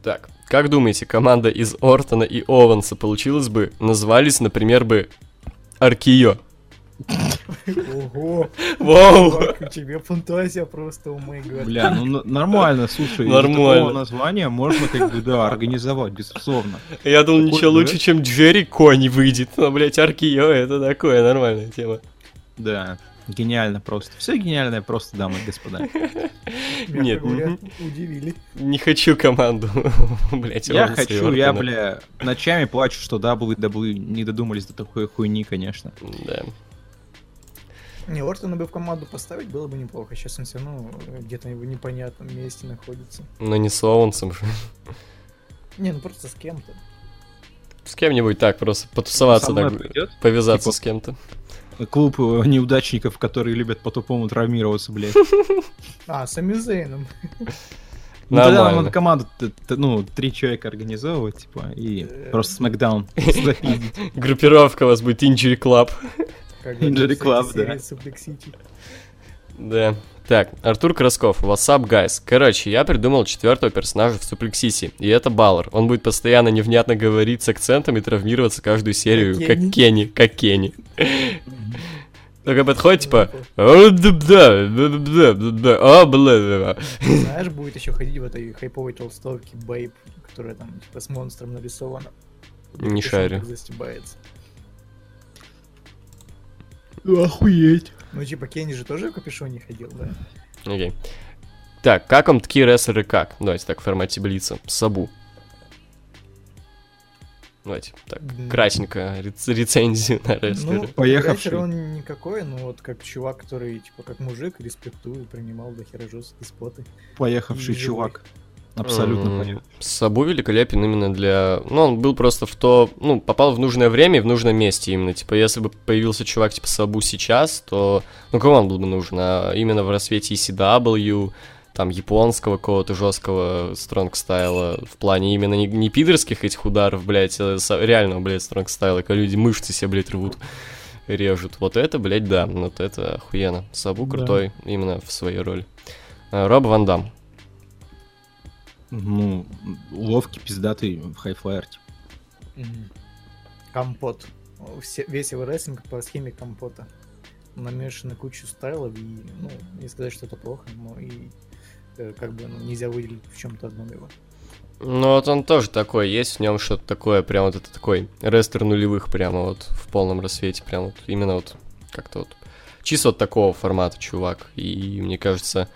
Так, как думаете, команда из Ортона и Ованса получилась бы, назвались, например, бы Аркио? Ого, Воу! как у тебя фантазия просто, о май гад. Бля, ну н- нормально, слушай, из Нормально. такого названия можно как бы, да, организовать, безусловно. Я думал, Такой ничего лучше, дуэт. чем Джерри Кони выйдет. Но, блядь, Аркио это такое нормальная тема. Да, гениально просто. Все гениальное просто, дамы и господа. Мягко нет, говоря, удивили. Не хочу команду, блядь, Я Ровенса и хочу, я, Ортона. бля, ночами плачу, что WWE не додумались до такой хуйни, конечно. Да. Не, Ортона бы в команду поставить было бы неплохо. Сейчас он все равно э, где-то в непонятном месте находится. Но не с Оуэнсом же. Не, ну просто с кем-то. С кем-нибудь так просто потусоваться, Со мной так, придет? повязаться Типа- с кем-то. Клуб э, неудачников, которые любят по тупому травмироваться, блядь. А, с Амизейном. Ну тогда нам Нормально. надо команду, т- т- ну, три человека организовывать, типа, и Э. просто смакдаун запиздить. Группировка у вас будет Injury Club. Как Injury Club, да. Суплекс Сити. Да. Так, Артур Красков, WhatsApp guys. Короче, я придумал четвертого персонажа в Суплексисе, и это Баллар. Он будет постоянно невнятно говорить с акцентом и травмироваться каждую серию, Как как Кенни, как Кенни. Только подходит, типа, Плохо. «А, да-да, да-да, да-да, а, бла-бла-бла». Знаешь, будет еще ходить в этой хайповой толстовке Бейб, которая там типа с монстром нарисована. Не шарю. Застебается. Охуеть. Ну, типа, Кенни же тоже в капюшоне ходил, да? Окей. Так, как вам такие рестлеры как? Давайте так, в формате блица. Сабу. Давайте, так, М. красненько рец- рецензию на рестлера. Ну, Поехавший. райтер он никакой, но вот как чувак, который, типа, как мужик, респектую, принимал до хера жесткие споты. Поехавший И чувак. Абсолютно М, поехавший. Сабу великолепен именно для... Ну, он был просто в то... Ну, попал в нужное время и в нужном месте именно. Типа, если бы появился чувак типа Сабу сейчас, то... Ну, кому он был бы нужен? А именно в рассвете ECW, там, японского какого-то жесткого стронг-стайла, в плане именно не, не пидорских этих ударов, блядь, а со- реального, блядь, стронг-стайла, когда люди мышцы себе, блядь, рвут, режут. Вот это, блядь, да, вот это охуенно. Сабу Да. крутой именно в своей роли. А, Роб Ван Дам. Ну, ловкий, пиздатый в хайфлайер. типа. Компот. Все- весь его рестлинг по схеме компота. Намешаны кучу стайлов, и, ну, не сказать, что это плохо, но и э, как бы ну, нельзя выделить в чем-то одном его. Ну вот он тоже такой, есть в нем что-то такое, прям вот это такой рестер нулевых, прямо вот в полном рассвете, прям вот именно вот как-то вот чисто вот такого формата чувак. И мне кажется,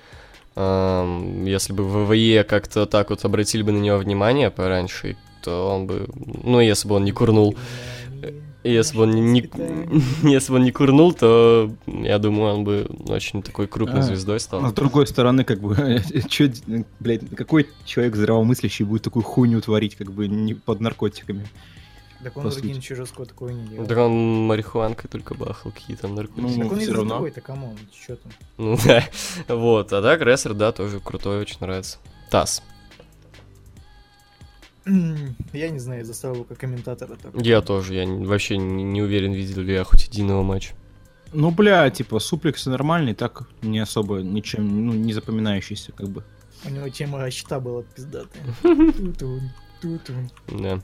эм, если бы ВВЕ как-то так вот обратили бы на него внимание пораньше, то он бы, ну если бы он не курнул, и если бы он не, не- если бы он не курнул, то я думаю, он бы очень такой крупной А, звездой стал. Но с другой стороны, как бы, чё, блядь, какой человек здравомыслящий будет такую хуйню творить, как бы, не под наркотиками? Так он по вроде сути. ничего жесткого такого и не делал. Да он марихуанкой только бахал, какие там наркотики. Ну, Так он всё из равно. такой-то, камон, чё там. Ну да, вот, а так рестлер, да, тоже крутой, очень нравится. Тасс. Я не знаю, я застал его как комментатора. так. Я тоже, я не- вообще не, не уверен, видел ли я хоть единого матча. Ну, бля, типа, суплексы нормальный, так не особо ничем, ну, не запоминающийся, как бы. У него тема щита была пиздатая. Ту-тун, ту-тун. Да.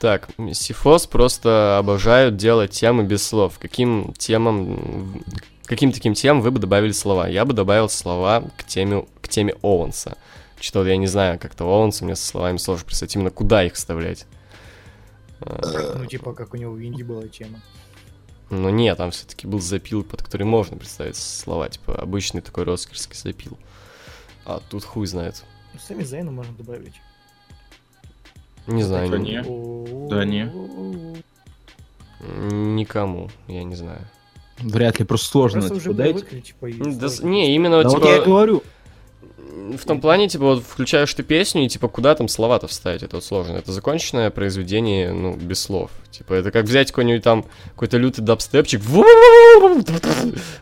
Так, Сифос просто обожают делать темы без слов. Каким темам, м, в- каким таким темам вы бы добавили слова? Я бы добавил слова к теме, к теме Оуэнса. Что-то я не знаю, как-то Оуэнса мне со словами сложно представить, именно куда их вставлять. Э, Ну, типа, как у него в Индии была тема. Но нет, там все-таки был запил, под который можно представить слова, типа обычный такой роскошский запил. А тут хуй знает. Ну, Сами Зайну можно добавить. Не знаю, Да ни- а не. О-о-о. Да не. никому, я не знаю. Вряд ли, просто сложно, Просто типа, уже дайте. привыкли, типа, и Да с- сложно. не, именно Да типа, вот я и говорю. в том плане, типа, вот включаешь ты песню, и типа, куда там слова-то вставить, это вот сложно. Это законченное произведение, ну, без слов. Типа, это как взять какой-нибудь там, какой-то лютый дабстепчик,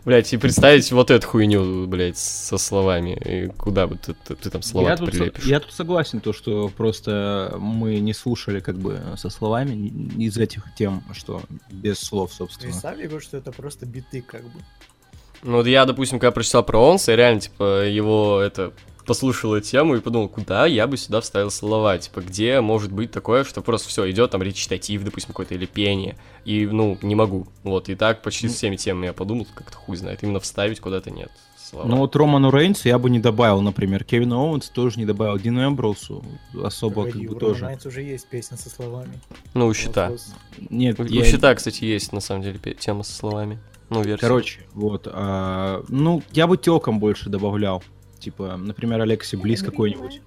блять, и представить вот эту хуйню, блять, со словами. И куда бы ты, ты- ты там слова я, тут, прилепишь. со- я тут согласен, то, что просто мы не слушали, как бы, со словами ни- из этих тем, что без слов, Ну, И собственно. сами говорят, что это просто биты, как бы. Ну вот я, допустим, когда прочитал про Онса, я реально, типа, его, это, послушал эту тему и подумал, куда я бы сюда вставил слова, типа, где может быть такое, что просто все идет там речитатив, допустим, какой-то или пение, и, ну, не могу, вот, и так почти Ну. с всеми темами я подумал, как-то хуй знает, именно вставить куда-то нет слова. Ну вот Роману Рейнсу я бы не добавил, например. Кевина Оуэнс тоже не добавил. Дину Эмброусу особо как Погоди, бы у тоже. Романайца уже есть песня со словами. Ну, у щита. Вопрос. Нет, У я- щита, кстати, есть, на самом деле, пе- тема со словами. Ну, версия. Короче, вот. а, ну, я бы телкам больше добавлял. Типа, например, Алекси Близ какой-нибудь.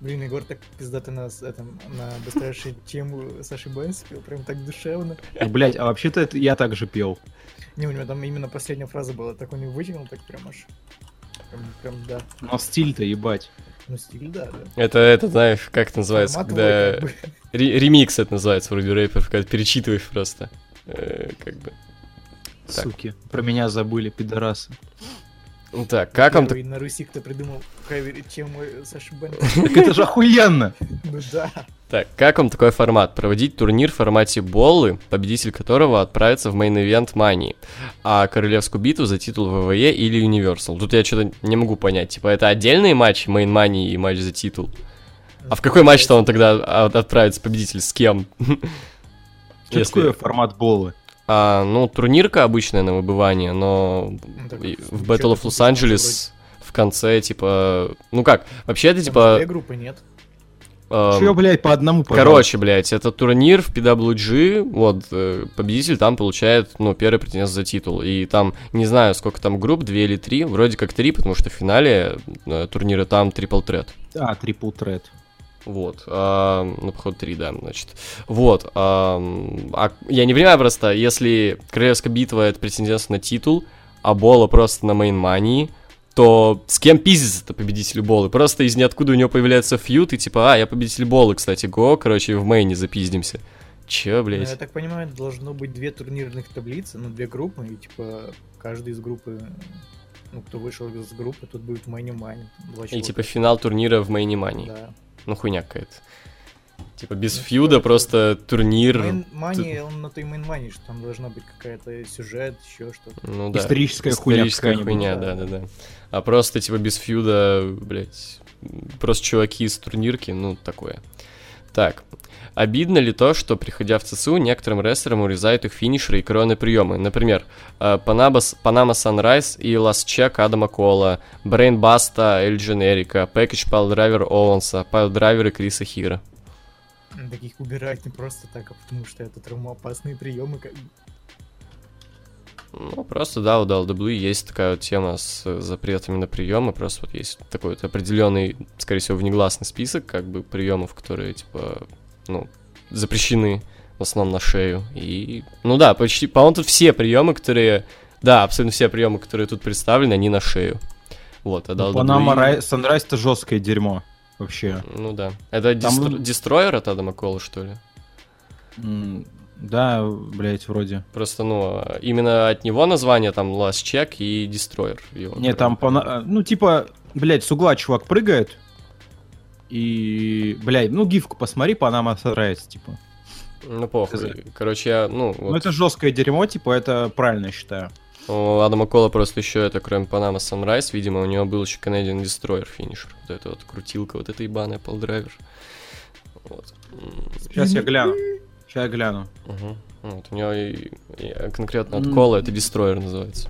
Блин, Егор так пиздато нас этом, на быстрейшую тему Саши Бэнс пел, прям так душевно. Блять, а вообще-то это я также пел. Не, у него там именно последняя фраза была, так он ее вытянул, так прям аж. Прям, прям да. Но стиль-то ебать. Ну, стиль, да, да. Это, это, знаешь, как это называется, Формат когда... твой, как бы. Ре- ремикс это называется вроде рэперов, когда ты перечитываешь просто. Э, как бы. Так. Суки. Про меня забыли, пидорасы. Ну Так, как вам так? Первый на Руси кто придумал кавер, чем мой Саша Бен. Так это же охуенно! Ну да. Так, как вам такой формат? Проводить турнир в формате Боллы, победитель которого отправится в мейн-эвент Мании, а королевскую битву за титул ВВЕ или Universal. Тут я что-то не могу понять. Типа, это отдельные матчи, мейн Мании и матч за титул? А в какой матч-то он тогда от- отправится победитель? С кем? Что Если- такое формат Боллы? А, ну, турнирка обычная на выбывание, но Ну, так и вот, в чё Battle of тут Los можно Angeles в конце, типа... Ну как, вообще это, Там же типа... две группы нет. эм, Чё, блядь, по одному, пожалуйста? Короче, блядь, это турнир в PWG, вот, э, победитель там получает, ну, первый претендент за титул, и там, не знаю, сколько там групп, две или три, вроде как три, потому что в финале э, турнира там трипл трет, А, трипл трет. вот, а, ну, походу, три, да, значит, вот, ам, а я не понимаю просто, если Королевская битва это претендент на титул, а Бола просто на мейн-мании, то с кем пиздится-то победитель Болы? Просто из ниоткуда у него появляется фьют, и типа, а, я победитель Болы, кстати, го, короче, в мейне запиздимся. Че, Ну, блядь? Я так понимаю, должно быть две турнирных таблицы, ну, две группы, и, типа, каждый из группы, ну, кто вышел из группы, тут будет мани мани И типа финал турнира в мейне мании. Да. Ну, хуйня какая-то. Типа без Ну, фьюда что просто турнир... Мейн мани, он на той мейн мани, что там должна быть какая-то сюжет, еще что-то. Ну да. Историческая хуйня Историческая какая-нибудь. хуйня, да, да, да. А просто типа без фьюда, блядь, просто чуваки из турнирки, ну такое. Так. Обидно ли то, что, приходя в ЦСУ, некоторым рестлерам урезают их финишеры и кровные приемы? Например, э, Панабас- Панама Санрайз и Ласт Чек Адама Кола, Брейн Баста Эль Дженерика, Пэкэдж Пайлдрайвер Оуэнса, Пайлдрайвер и Криса Хира. Ну, Таких убирать не просто так, а потому что это травмоопасные приемы. Как... Ну, просто, да, у WWE есть такая вот тема с э, запретами на приемы, просто вот есть такой вот определенный, скорее всего, внегласный список, как бы, приемов, которые, типа, ну, запрещены в основном на шею. И, ну да, почти, по-моему, тут все приемы, которые, да, абсолютно все приемы, которые тут представлены, они на шею. Вот, а Ну, WWE Панама Рай- Санрайз это жесткое дерьмо. Вообще. Ну да. Это Там дистро- он- дестройер от Адама Кола, что ли? М, Да, блядь, вроде. Просто, ну, э, именно от него название там Last Check и Destroyer. его, Не, короче. там, пона- э, ну, типа, блядь, с угла чувак прыгает. И, блядь, ну, гифку посмотри, Панама Санрайз, типа. Ну, похуй. Короче, я, ну, вот Ну, это жесткое дерьмо, типа, это правильно, я считаю. У Адама Кола просто еще это, кроме Панама Санрайз, видимо, у него был еще Canadian Destroyer финишер. Вот это вот крутилка, вот это ебаная полдрайвер. Вот. М, Сейчас я гляну. Сейчас я гляну. мгм. Вот, у него и- и а конкретно от М. Кола это Destroyer называется.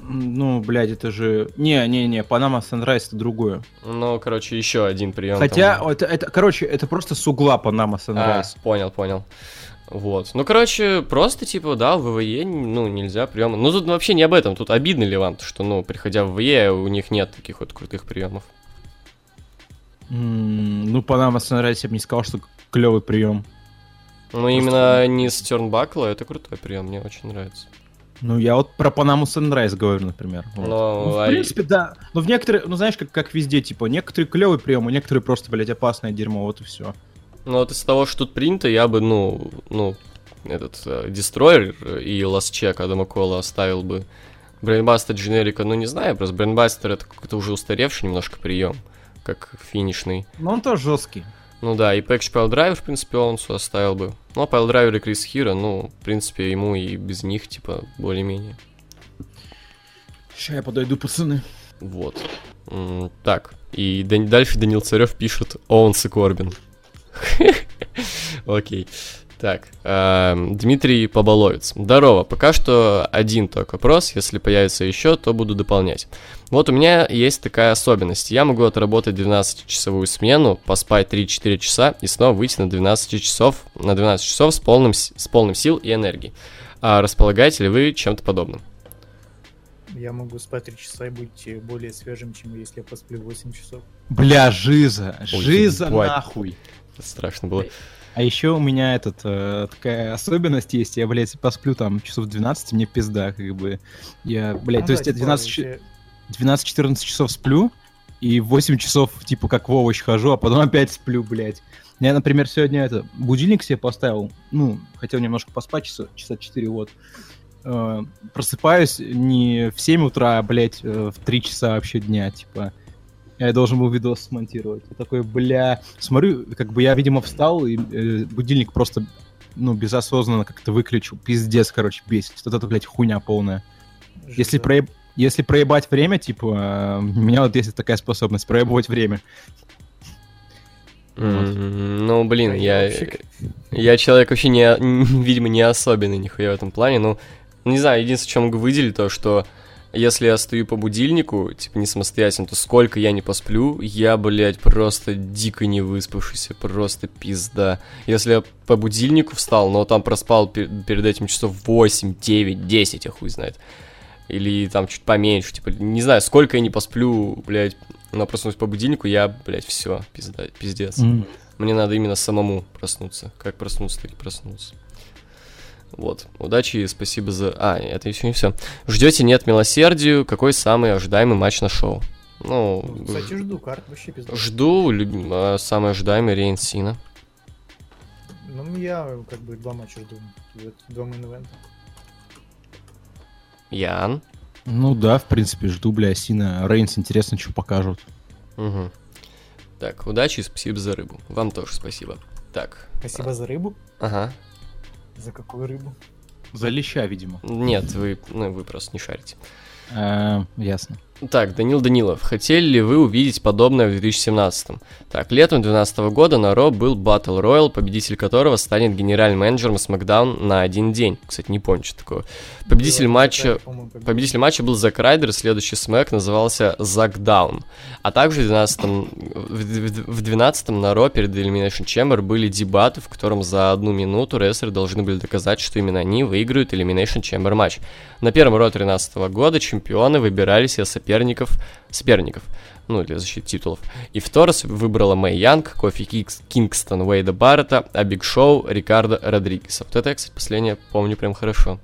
М, Ну, блядь, это же... Не-не-не, Панама Санрайз это другое. Ну, короче, еще один прием. Хотя, там. вот это, короче, это просто с угла Панама А, Санрайз. понял, понял. Вот. Ну, короче, просто, типа, да, в ВВЕ, ну, нельзя приема. Ну, тут вообще не об этом. Тут обидно ли вам, то, что, ну, приходя в ВВЕ, у них нет таких вот крутых приемов? М, Ну, Панама Санрайз я бы не сказал, что клевый прием. Ну, именно не с Тернбакла, это крутой прием, мне очень нравится. Ну, я вот про Панаму Санрайз говорю, например. Вот. Ну, Ну, а в принципе, да. Но в некоторые, ну, знаешь, как, как везде, типа, некоторые клевые приемы, некоторые просто, блядь, опасное дерьмо, вот и все. Ну вот из того, что тут принято, я бы, ну, ну, этот э, Destroyer и Last Check Адама Кола оставил бы. Брейнбастер Дженерика, ну не знаю, просто Брейнбастер это какой-то уже устаревший немножко прием, как финишный. Но он тоже жесткий. он Ну да, и Пэкч Пайлдрайвер, в принципе, он оставил бы. Ну, а Пайлдрайвер и Крис Хира, ну, в принципе, ему и без них, типа, более-менее. Сейчас я подойду, пацаны. Вот. М, Так, и Дани- дальше Данил Царев пишет Оуэнс и Корбин. Окей. Так, эм, Дмитрий Поболовец. Здорово, пока что один только вопрос, если появится еще, то буду дополнять. Вот у меня есть такая особенность. Я могу отработать 12-часовую смену, поспать 3-4 часа и снова выйти на 12 часов, на 12 часов с полным, с с полным сил и энергии. А располагаете ли вы чем-то подобным? Я могу спать три часа и быть э, более свежим, чем если я посплю 8 часов. Бля, жиза, жиза ебать. нахуй. Страшно было. А еще у меня этот, э, такая особенность есть, я, блядь, посплю там часов 12, мне пизда, как бы. Я, блядь, Ну да, то есть я типа, 12, у чи- тебя- 12-14 часов сплю, и 8 часов, типа, как в овощ хожу, а потом опять сплю, блядь. Я, например, сегодня это, будильник себе поставил, ну, хотел немножко поспать, часа, часа 4, вот. э, просыпаюсь не в 7 утра, а, блядь, э, в 3 часа вообще дня, типа. Я должен был видос смонтировать. Я такой, бля... Смотрю, как бы я, видимо, встал, и э, будильник просто, ну, безосознанно как-то выключил. Пиздец, короче, бесит. Вот это, блядь, хуйня полная. Если, Жесть. проеб- если проебать время, типа, э, у меня вот есть такая способность, проебывать время. М, Ну, блин, я... Проебщик. Я человек вообще, не, видимо, не особенный нихуя в этом плане. Ну, не знаю, единственное, чем могу выделить, то, что если я стою по будильнику, типа, не самостоятельно, то сколько я не посплю, я, блядь, просто дико не выспавшийся, просто пизда. Если я по будильнику встал, но там проспал пер- перед этим часов 8, 9, 10, я хуй знает. Или там чуть поменьше, типа, не знаю, сколько я не посплю, блядь, но проснусь по будильнику, я, блядь, все, пизда, пиздец. Мне надо именно самому проснуться. Как проснуться, так и проснуться. Вот. Удачи и спасибо за... А, это еще не все. Ждете нет милосердию. Какой самый ожидаемый матч на шоу? Ну, Ну, Кстати, жду карт, вообще пизда. жду люб- а, самый ожидаемый Рейн Сина. Ну, я как бы два матча жду. Вот, Два мейн Ян. Ну да, в принципе, жду, бля, Сина. Рейнс, интересно, что покажут. Мгм. Так, удачи и спасибо за рыбу. Вам тоже спасибо. Так. Спасибо за рыбу. Ага. За какую рыбу? За леща, видимо. Нет, вы, ну, вы просто не шарите. Э, ясно. Так, Данил Данилов, хотели ли вы увидеть подобное в 2017 Так, летом 2012 года на Ро был Battle Royal, победитель которого станет генеральным менеджером SmackDown на один день. Кстати, не помню, что такое. Победитель Было, матча... да, по-моему, как бы. Победитель матча был Зак Райдер, следующий смэк назывался Зак Даун. А также в 12 в 12 на Ро перед Elimination Chamber были дебаты, в котором за одну минуту рестлеры должны были доказать, что именно они выиграют Elimination Chamber матч. На первом Ро 13 года чемпионы выбирали себе соперников, соперников, ну, для защиты титулов. И в Торос выбрала Мэй Янг, Кофи Кикс- Кингстон, Уэйда Баррета, а Биг Шоу, Рикардо Родригеса. Вот это я, кстати, последнее помню прям хорошо.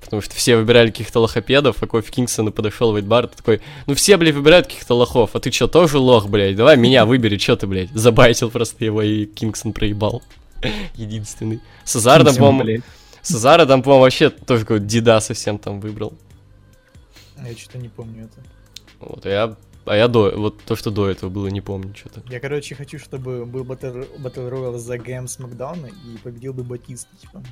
Потому что все выбирали каких-то лохопедов, а Кофи Кингстон подошел Уэйд Баррет такой, ну все, блядь, выбирают каких-то лохов, а ты чё, тоже лох, блядь? Давай меня выбери, чё ты, блядь? Забайтил просто его, и Кингстон проебал. Единственный. Сазар, да, по-моему, Сазара там, по-моему, вообще тоже какой-то деда совсем там выбрал. Я что-то не помню это. Вот, а я, а я до, вот то, что до этого было, не помню что-то. Я, короче, хочу, чтобы был Battle Battle Royale за ГМ Смакдауна и победил бы Батиста, типа.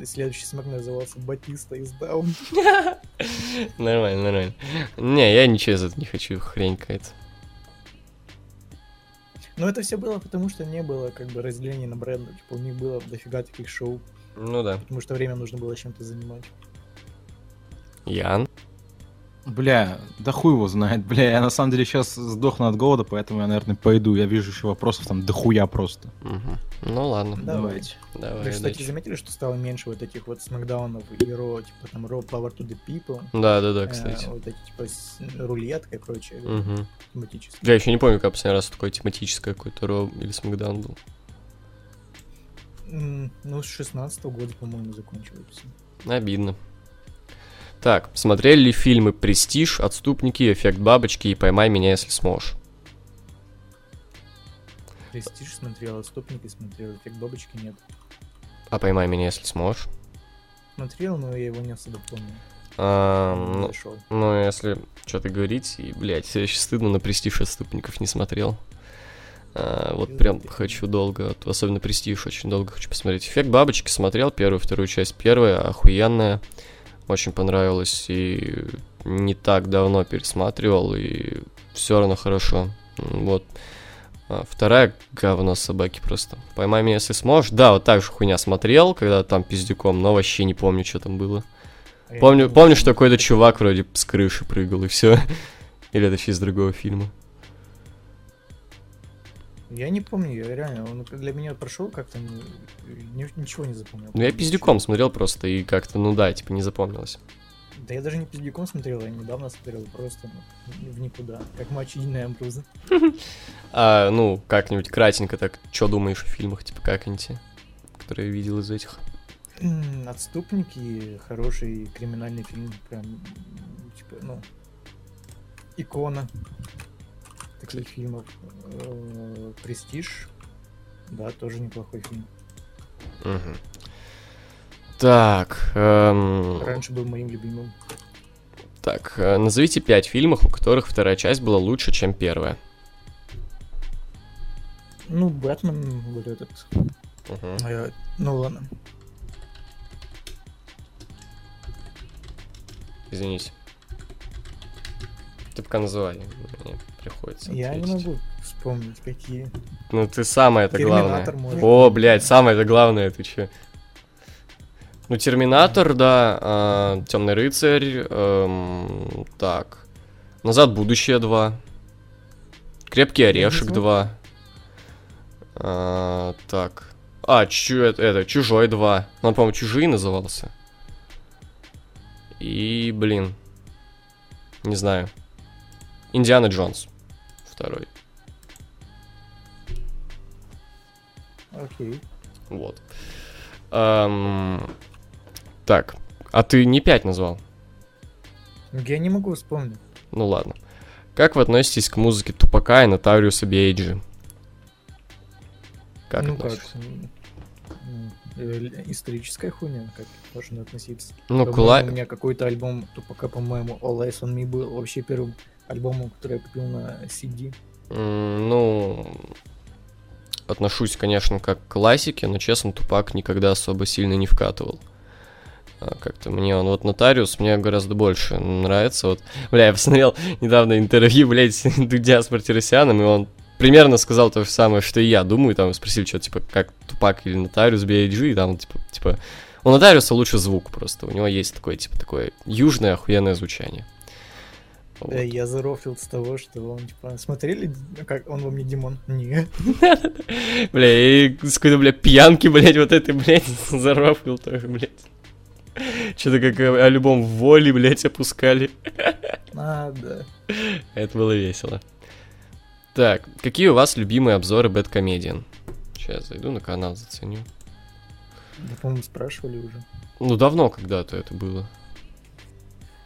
И Следующий смак назывался Батиста из Даун. Нормально, нормально. Не, я ничего из этого не хочу, хрень какая-то. Но это все было потому, что не было как бы разделения на бренды. Типа у них было дофига таких шоу, Ну да. потому что время нужно было чем-то занимать. Ян. Бля, да хуй его знает, бля. Я на самом деле сейчас сдохну от голода, поэтому я, наверное, пойду. Я вижу еще вопросов там дохуя просто. Мгм. Ну ладно, Давай. давай. Вы, кстати, удачи. заметили, что стало меньше вот этих вот смакдаунов и ро, типа там ро Power to the People, Да, да, да, э, кстати. вот эти типа с- рулетка и прочее, Мгм. тематические. Я еще не помню, как последний раз такое тематическое какое-то Ро или Смакдаун был. М, Ну, с 16 года, по-моему, закончилось. Обидно. Так, смотрели ли фильмы «Престиж», «Отступники», «Эффект бабочки» и «Поймай меня, если сможешь»? Престиж смотрел, отступники смотрел, эффект бабочки нет. А «Поймай меня, если сможешь»? Смотрел, но я его не особо помню. А, Не ну, зашёл. Ну, если что-то говорить, и, блядь, я еще стыдно на престиж отступников не смотрел. А, вот прям хочу долго, вот особенно престиж, очень долго хочу посмотреть. Эффект бабочки смотрел первую, вторую часть. Первая охуенная, очень понравилась, и не так давно пересматривал, и все равно хорошо. М, Вот. А, Вторая говно собаки просто. Поймай меня, если сможешь. Да, вот так же хуйня смотрел, когда там пиздюком, но вообще не помню, что там было. А я Помню, не помню, что помню. какой-то чувак вроде с крыши прыгал и все. Или это вообще из другого фильма. Я не помню, я реально, он для меня прошел как-то, ну, ни- ничего не запомнил. Ну я Ничего. пиздюком смотрел просто и как-то, ну да, типа не запомнилось. Да я даже не пиздюком смотрел, я недавно смотрел, просто ну, в никуда, как матч Индия Амбруза. А, ну, как-нибудь кратенько так, что думаешь о фильмах, типа как-нибудь, которые я видел из этих. М, Отступники, хороший криминальный фильм, прям, м, типа, ну, икона таких фильмов. Э, Престиж, да, тоже неплохой фильм. Мгм. Так, эм, Раньше был моим любимым. так, э, назовите пять фильмов, у которых вторая часть была лучше, чем первая. Ну, Бэтмен, вот этот. Мгм. э, Ну ладно. Извините. Ты пока называй, мне приходится Я не ответить. могу вспомнить, какие. Ну ты самое это главное. Терминатор, может. О, блядь, самое это главное, ты че? Ну, Терминатор, да, Темный рыцарь, эм, так. Назад в будущее 2. Крепкий орешек знаю. 2. А, так. А, чу, это, это, Чужой 2. Он, по-моему, Чужие назывался. И, блин. Не знаю. Индиана Джонс. Второй. Окей. Вот. Эм, так, а ты не 5 назвал? Ну, Я не могу вспомнить. Ну ладно. Как вы относитесь к музыке Тупака и Нотариуса Бейджи? Как ну как? относитесь? м, ну, э, л- Историческая хуйня, как можно относиться. Ну, По-моему, кла- У меня какой-то альбом, то пока, по-моему, All Eyes on Me был вообще первым альбомом, который я купил на CD. М, ну, отношусь, конечно, как к классике, но, честно, Тупак никогда особо сильно не вкатывал. А, Как-то мне он, вот Нотариус, мне гораздо больше нравится. Вот, бля, я посмотрел недавно интервью, блядь, Дудя с Мартиросяном, и он примерно сказал то же самое, что и я думаю, там спросили, что, типа, как Тупак или Нотариус, B.I.G., и там, типа, типа, у Нотариуса лучше звук просто, у него есть такое, типа, такое южное охуенное звучание. Вот. Да, Э, я зарофил с того, что он, типа, смотрели, как он во мне Димон? Нет. Бля, и с какой-то, бля, пьянки, блядь, вот этой, блядь, зарафил тоже, блядь. Что-то как э, альбом воли, блядь, опускали. А, да. Это было весело. Так, какие у вас любимые обзоры Bad Comedian? Сейчас зайду на канал, заценю. Да, по-моему, спрашивали уже. Ну, давно когда-то это было.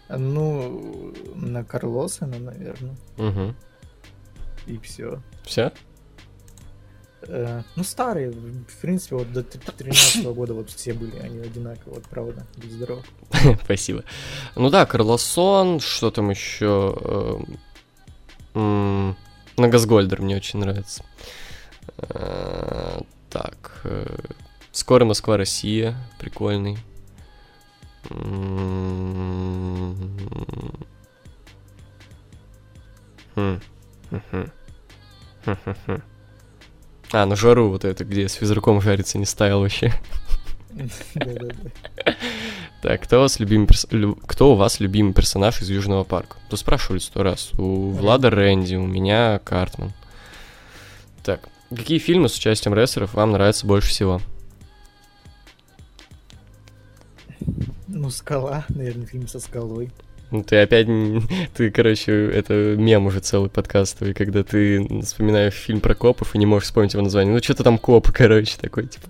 А, Ну, на Карлоса, ну, наверное. Угу. И все. Все? ну, старые, в в принципе, вот до 13 года вот все были, они одинаковые, вот правда, будь здоров. Спасибо. Ну да, Карлосон, что там еще? Нагасгольдер мне очень нравится. Э, Так. э, Скоро Москва, Россия. Прикольный. М, хм, мгм, хм-хм-хм. А, ну жару вот это, где с физруком жарится, не ставил вообще. Да-да-да. Так, кто у вас любимый перс- лю- кто у вас любимый персонаж из Южного парка? То спрашивали сто раз. У Влада Рэнди, у меня Картман. Так, какие фильмы с участием рестлеров вам нравятся больше всего? Ну, скала, наверное, фильм со скалой. Ну, ты опять, н- ты, короче, это мем уже целый подкастовый, когда ты вспоминаешь фильм про копов и не можешь вспомнить его название. Ну, что-то там копы, короче, такой, типа.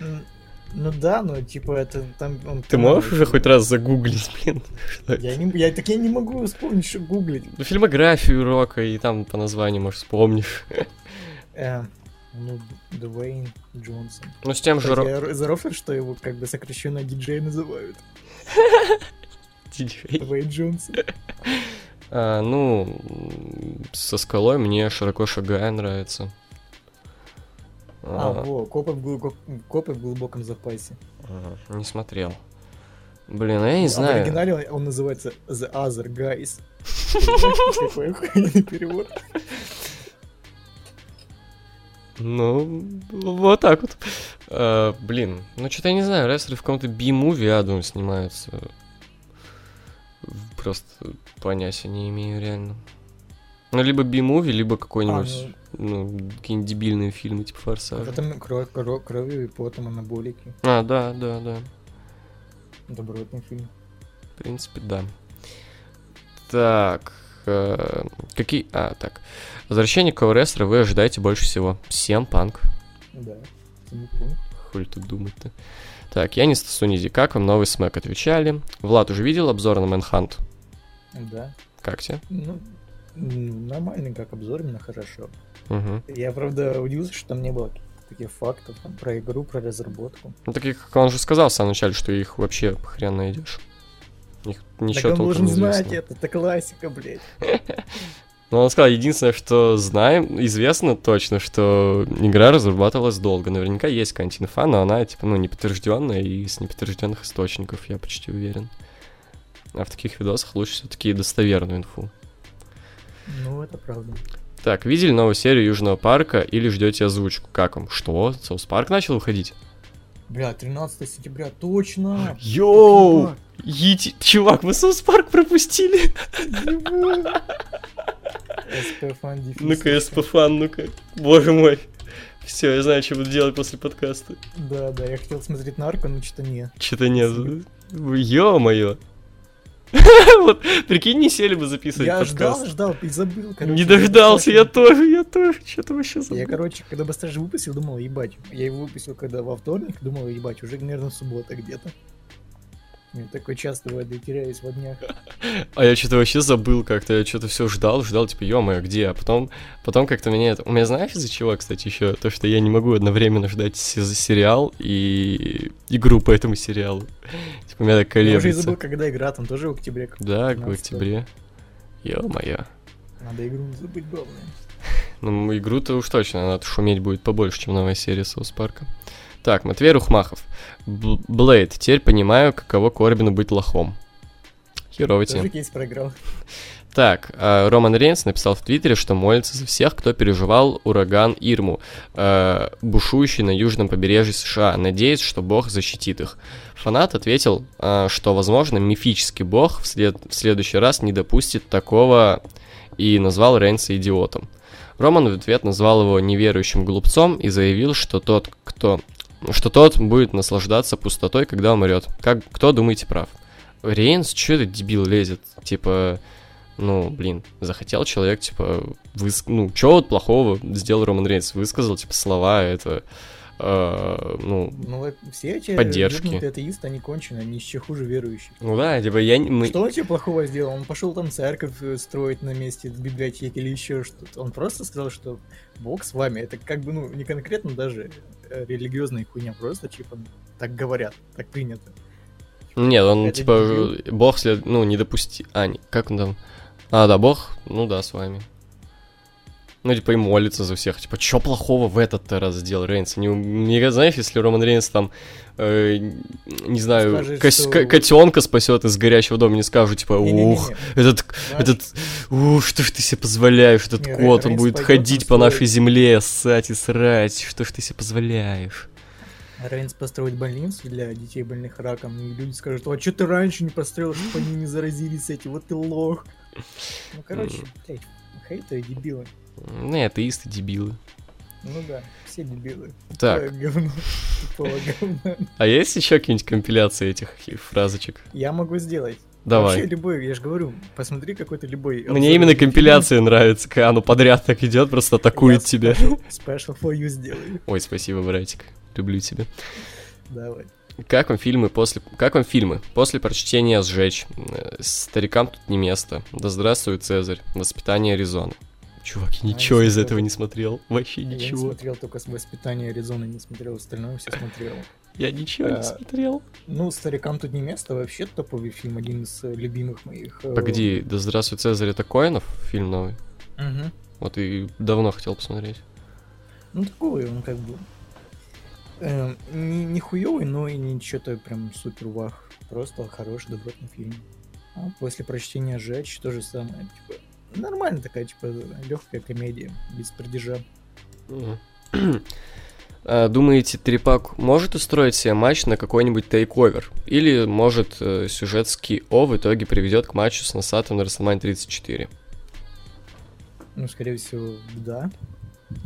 М, Ну да, но типа это там... он Ты канал, можешь уже это- хоть раз загуглить, блин? что это? Я, не, я так я не могу вспомнить, что гуглить. Ну, фильмографию Рока и там по названию, может, вспомнишь. Э, ну, Дуэйн Джонсон. Ну, с тем же... Кстати, Ро- Я р- зарофлю, что его как бы сокращенно диджей называют. Диджей. Дуэйн Джонсон. А, ну, м, со скалой мне широко шагая нравится. А, А, во, копы в, глубок- копы в глубоком запасе. ага, не смотрел. Блин, я не А в знаю. оригинале он, он называется The Other Guys. Такой охуенный перевод. Ну, вот так вот. А, блин, ну что-то я не знаю, рестлеры в каком-то би-муви, я думаю, снимаются. В- Просто понятия не имею реально. Ну, либо би-муви, либо А, какой-нибудь, ну, какие-нибудь дебильные фильмы, типа Вот Форсажа. там кровь, кровь, кровью и потом анаболики. А, да, да, да. Добротный фильм. В принципе, да. Так. э, какие... А, так. Возвращение какого рестлера вы ожидаете больше всего? Всем панк. Да. Синепунк. Хули тут думать-то. Так, я не Стасуниди. Как вам новый смэк? Отвечали. Влад уже видел обзор на Мэнхант? Да. Как тебе? Ну, м, нормальный как обзор, именно хорошо. Мгм. Я, правда, удивился, что там не было каких-то таких фактов там, про игру, про разработку. Ну, таких, как он же сказал в самом начале, что их вообще хрен найдешь. Их ничего так он толком должен не известно. знать это, это классика, блядь. Ну, он сказал, единственное, что знаем, известно точно, что игра разрабатывалась долго. Наверняка есть какая-нибудь инфа, но она, типа, ну, неподтвержденная и с неподтвержденных источников, я почти уверен. А в таких видосах лучше все-таки достоверную инфу. Ну, это правда. Так, видели новую серию Южного парка или ждете озвучку? Как вам? Что? Соус Парк начал выходить? Бля, 13 сентября, точно! Йоу! Ети- Чувак, мы Соус Парк пропустили! СП фан дефис. Ну-ка, СП-фан, ну-ка. Боже мой. Все, я знаю, что буду делать после подкаста. Да, да, я хотел смотреть нарко, но что-то не. Что-то нет. Ё-моё. Вот, прикинь, не сели бы записывать Я ждал, подкаст. ждал и забыл, короче. Не дождался, я тоже, я тоже. Что-то вообще Я, забыл. короче, когда быстрее выпустил, думал, ебать. Я его выпустил, когда во вторник, думал, ебать, уже, наверное, суббота где-то. Я такой часто бывает, да, теряюсь во днях. А я что-то вообще забыл как-то, я что-то все ждал, ждал, типа, ё-моё, где? А потом, потом как-то меня это... У меня знаешь из-за чего, кстати, еще То, что я не могу одновременно ждать се- сериал и игру по этому сериалу. Типа, у меня так Я уже и колеблется. забыл, когда игра, там тоже в октябре. как-то. Да, в 15. октябре. Ё-моё. Надо игру не забыть, главное. Ну, игру-то уж точно, она шуметь будет побольше, чем новая серия Соус Парка. Так, Матвей Рухмахов. Бл- Блейд, теперь понимаю, каково Корбину быть лохом. Херово тебе. Тоже кейс проиграл. Так, э, Роман Рейнс написал в Твиттере, что молится за всех, кто переживал ураган Ирму, э, бушующий на южном побережье США, надеясь, что бог защитит их. Фанат ответил, э, что, возможно, мифический бог в, след- в следующий раз не допустит такого и назвал Рейнса идиотом. Роман в ответ назвал его неверующим глупцом и заявил, что тот, кто что тот будет наслаждаться пустотой, когда умрет. Как, кто, думаете, прав? Рейнс, что этот дебил лезет? Типа, ну, блин, захотел человек, типа, выс... ну, чего вот плохого сделал Роман Рейнс? Высказал, типа, слова, это, э, ну, Ну, вот все эти Поддержки. ебнутые атеисты, они конченые, они еще хуже верующих. ну да, типа, я не... мы- Что он тебе плохого сделал? Он пошел там церковь э, строить на месте библиотеки или еще что-то. Он просто сказал, что Бог с вами. Это как бы, ну, не конкретно даже э, религиозная хуйня, просто типа так говорят, так принято. Нет, он, Это типа, дебил. бог, след... ну, не допусти... А, не- как он там? А, да, бог, ну да, с вами. Ну, типа, и молится за всех. Типа, что плохого в этот раз сделал Рейнс? Не, не знаешь, если Роман Рейнс там, э, не знаю, Скажет, кос- что- ко- котенка спасет из горящего дома, не скажу, типа, Не-не-не-не. ух, этот, Знаешь, этот, ух, что ж ты себе позволяешь, этот Не, кот, он Рейнс будет пойдет ходить на по свой- нашей земле, ссать и срать, что ж ты себе позволяешь? Рейнс построит больницу для детей больных раком, и люди скажут, а что ты раньше не построил, чтобы они не заразились эти, вот ты лох. Ну, короче, блядь, хейтеры дебилы. Ну, и атеисты, дебилы. Ну да, все дебилы. Так, Тупое Говно. Тупого говна. А есть еще какие-нибудь компиляции этих хи- фразочек? Я могу сделать. Вообще Давай. любой, я же говорю, посмотри какой-то любой. обзор Мне именно на фильм. компиляции нравится, когда оно подряд так идет, просто атакует Я тебя. special- Special for you сделаю. Ой, спасибо, братик. Люблю тебя. Давай. Как вам фильмы после... Как вам фильмы? После прочтения сжечь. Э, Старикам тут не место. Да здравствует Цезарь. Воспитание Аризоны. Чувак, я А, ничего если из тоже. этого не смотрел. Вообще Я не ничего. смотрел только с воспитания Аризоны, не смотрел, остальное все смотрел. Я ничего не А, смотрел. Ну, старикам тут не место, вообще топовый фильм, один из э, любимых моих. э, Погоди, да здравствует Цезарь, это Коинов? Фильм новый. мгм. Вот и давно хотел посмотреть. Ну, такой он как бы. эм, не, не хуёвый, но и не что-то прям супер вах. Просто хороший, добротный фильм. А после прочтения «Жечь» то же самое. Типа, нормально такая, типа, легкая комедия, без придержа. Мгм. А, Думаете, Трипак может устроить себе матч на какой-нибудь тейковер? Или, может, э, сюжет с Ки-О в итоге приведет к матчу с Насатом на WrestleMania 34? Ну, скорее всего, да.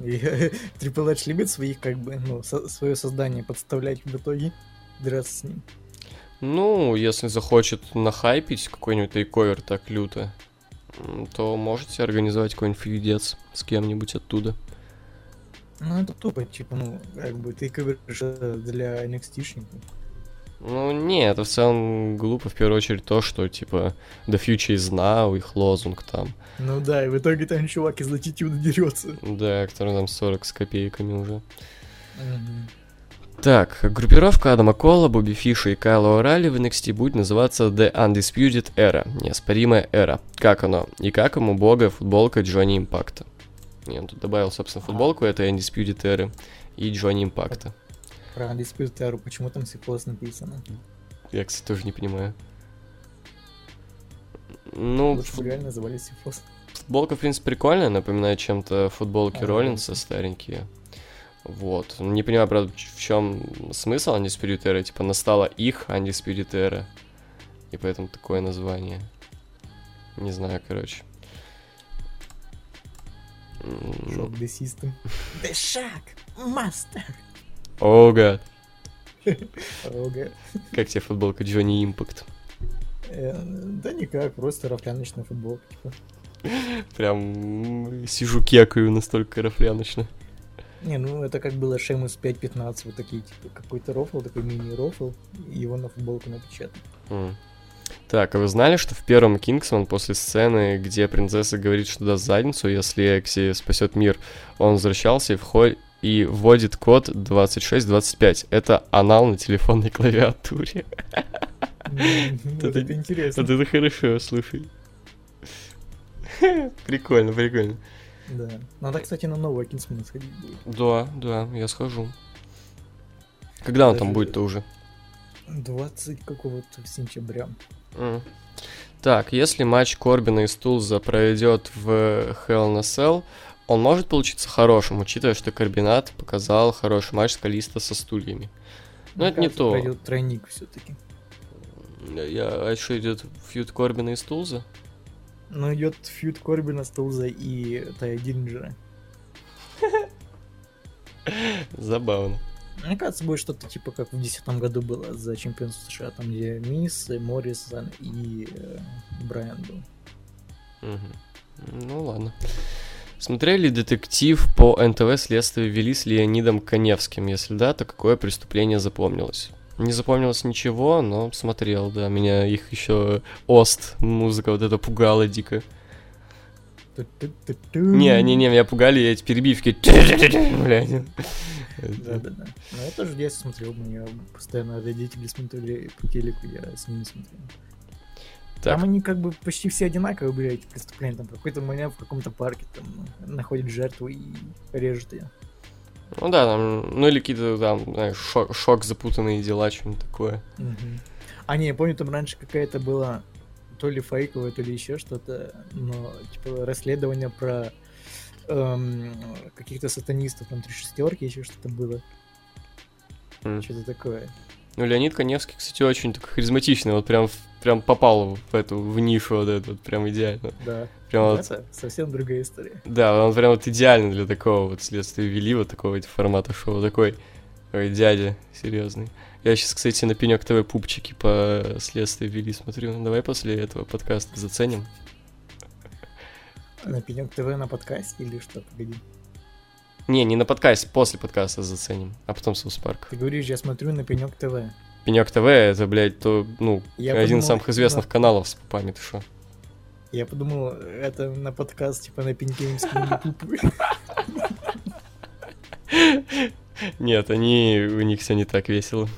И Triple H любит своих, как бы, ну, свое создание подставлять в итоге, драться с ним. Ну, если захочет нахайпить какой-нибудь тейковер так люто, м, то можете организовать какой-нибудь фьюдец с кем-нибудь оттуда. Ну, это тупо, типа, ну, как бы, ты говоришь э, для NXT-шников. Ну, не, это в целом глупо, в первую очередь, то, что, типа, The Future is Now, их лозунг там. Ну да, и в итоге там чувак из Latitude дерется. Да, который там 40 с копейками уже. Мгм. Так, группировка Адама Кола, Бобби Фиша и Кайла О'Ралли в NXT будет называться The Undisputed Era, неоспоримая эра. Как оно? И как ему бога футболка Джонни Импакта? И он тут добавил, собственно, футболку этой Undisputed Эры и Джонни Импакта. Про Undisputed Era, почему там сиклос написано? Я, кстати, тоже не понимаю. Ну, Лучше бы реально звали сиклос. Футболка, в принципе, прикольная, напоминает чем-то футболки Да, Роллинса старенькие. Вот. Не понимаю, правда, ч- в чем смысл Undisputed Era. Типа, настала их Undisputed Era. И поэтому такое название. Не знаю, короче. М, Шок The System. The Shock! Master! О, гад. Рога. Как тебе футболка Джонни Импакт? Э, Да никак, просто рафляночная футболка. типа. Прям м, сижу кекаю настолько рафляночно. Не, ну это как было Шеймус 5.15, вот такие, типа, какой-то рофл, такой мини-рофл, и его на футболку напечатали. М. Так, а вы знали, что в первом Кингсман после сцены, где принцесса говорит, что даст задницу, если Экси спасет мир, он возвращался и, вход... и вводит код 2625. Это анал на телефонной клавиатуре. М, Ну, вот Это- Это интересно. Вот это хорошо, слушай. Прикольно, прикольно. Да. Надо, кстати, на нового Кинсмана сходить будет. Да, да, я схожу. Когда он там Даже- будет-то уже? 20 какого-то Ну, сентября. М. Так, если матч Корбина и Стулза пройдет в Hell in a Cell, он может получиться хорошим, учитывая, что Корбинат показал хороший матч с Калиста со стульями. Ну, Мне это не кажется, то. Пройдет тройник все-таки. Я, а еще идет фьюд Корбина и Стулза? Но Ну, идет фьюд Корбина, Столза и Тая Диллинджера. Забавно. Мне кажется, будет что-то типа как в 2010 году было за чемпионство США, там где Мисс, Моррисон и э, Брайан был. Мгм. Ну ладно. Смотрели детектив по НТВ «Следствие вели» с Леонидом Коневским? Если да, то какое преступление запомнилось? Не запомнилось ничего, но смотрел, да. Меня их еще Ост, музыка вот эта пугала дико. Не-не-не, меня пугали эти перебивки. Блядь. Да-да-да. Но я тоже в детстве смотрел, меня постоянно родители смотрели по телеку, я с ними смотрел. Так, Там они как бы почти все одинаковые были, эти преступления. Там в какой-то момент в каком-то парке там находят жертву и режут ее. ну да, там, ну или какие-то там, знаешь, шок, шок запутанные дела, что-нибудь такое. Мгм. А не, я помню, там раньше какая-то была то ли фейковая, то ли еще что-то, но типа расследование про эм, каких-то сатанистов, там три шестерки, еще что-то было, М. что-то такое. Ну, Леонид Коневский, кстати, очень такой харизматичный, вот прям, в- прям попал в эту, в нишу вот эту, вот прям идеально. Да. Прям Но вот- Это совсем другая история. да, он прям вот идеально для такого вот следствия вели, вот такого вот формата шоу, такой, ой, дядя, серьезный. Я сейчас, кстати, на Пенек ТВ пупчики по следствию вели смотрю. Ну, Давай после этого подкаста заценим. На Пенек ТВ на подкасте или что? Погоди. Не, не на подкасте, после подкаста заценим, а потом Саус Парк. Ты говоришь, я смотрю на Пенек ТВ. Пенек ТВ это, блядь, то, ну, Я один подумал, из самых известных да. каналов с пупами, ты шо? Я подумал, это на подкаст, типа на Пенькеевский Нет, они, у них все не так весело.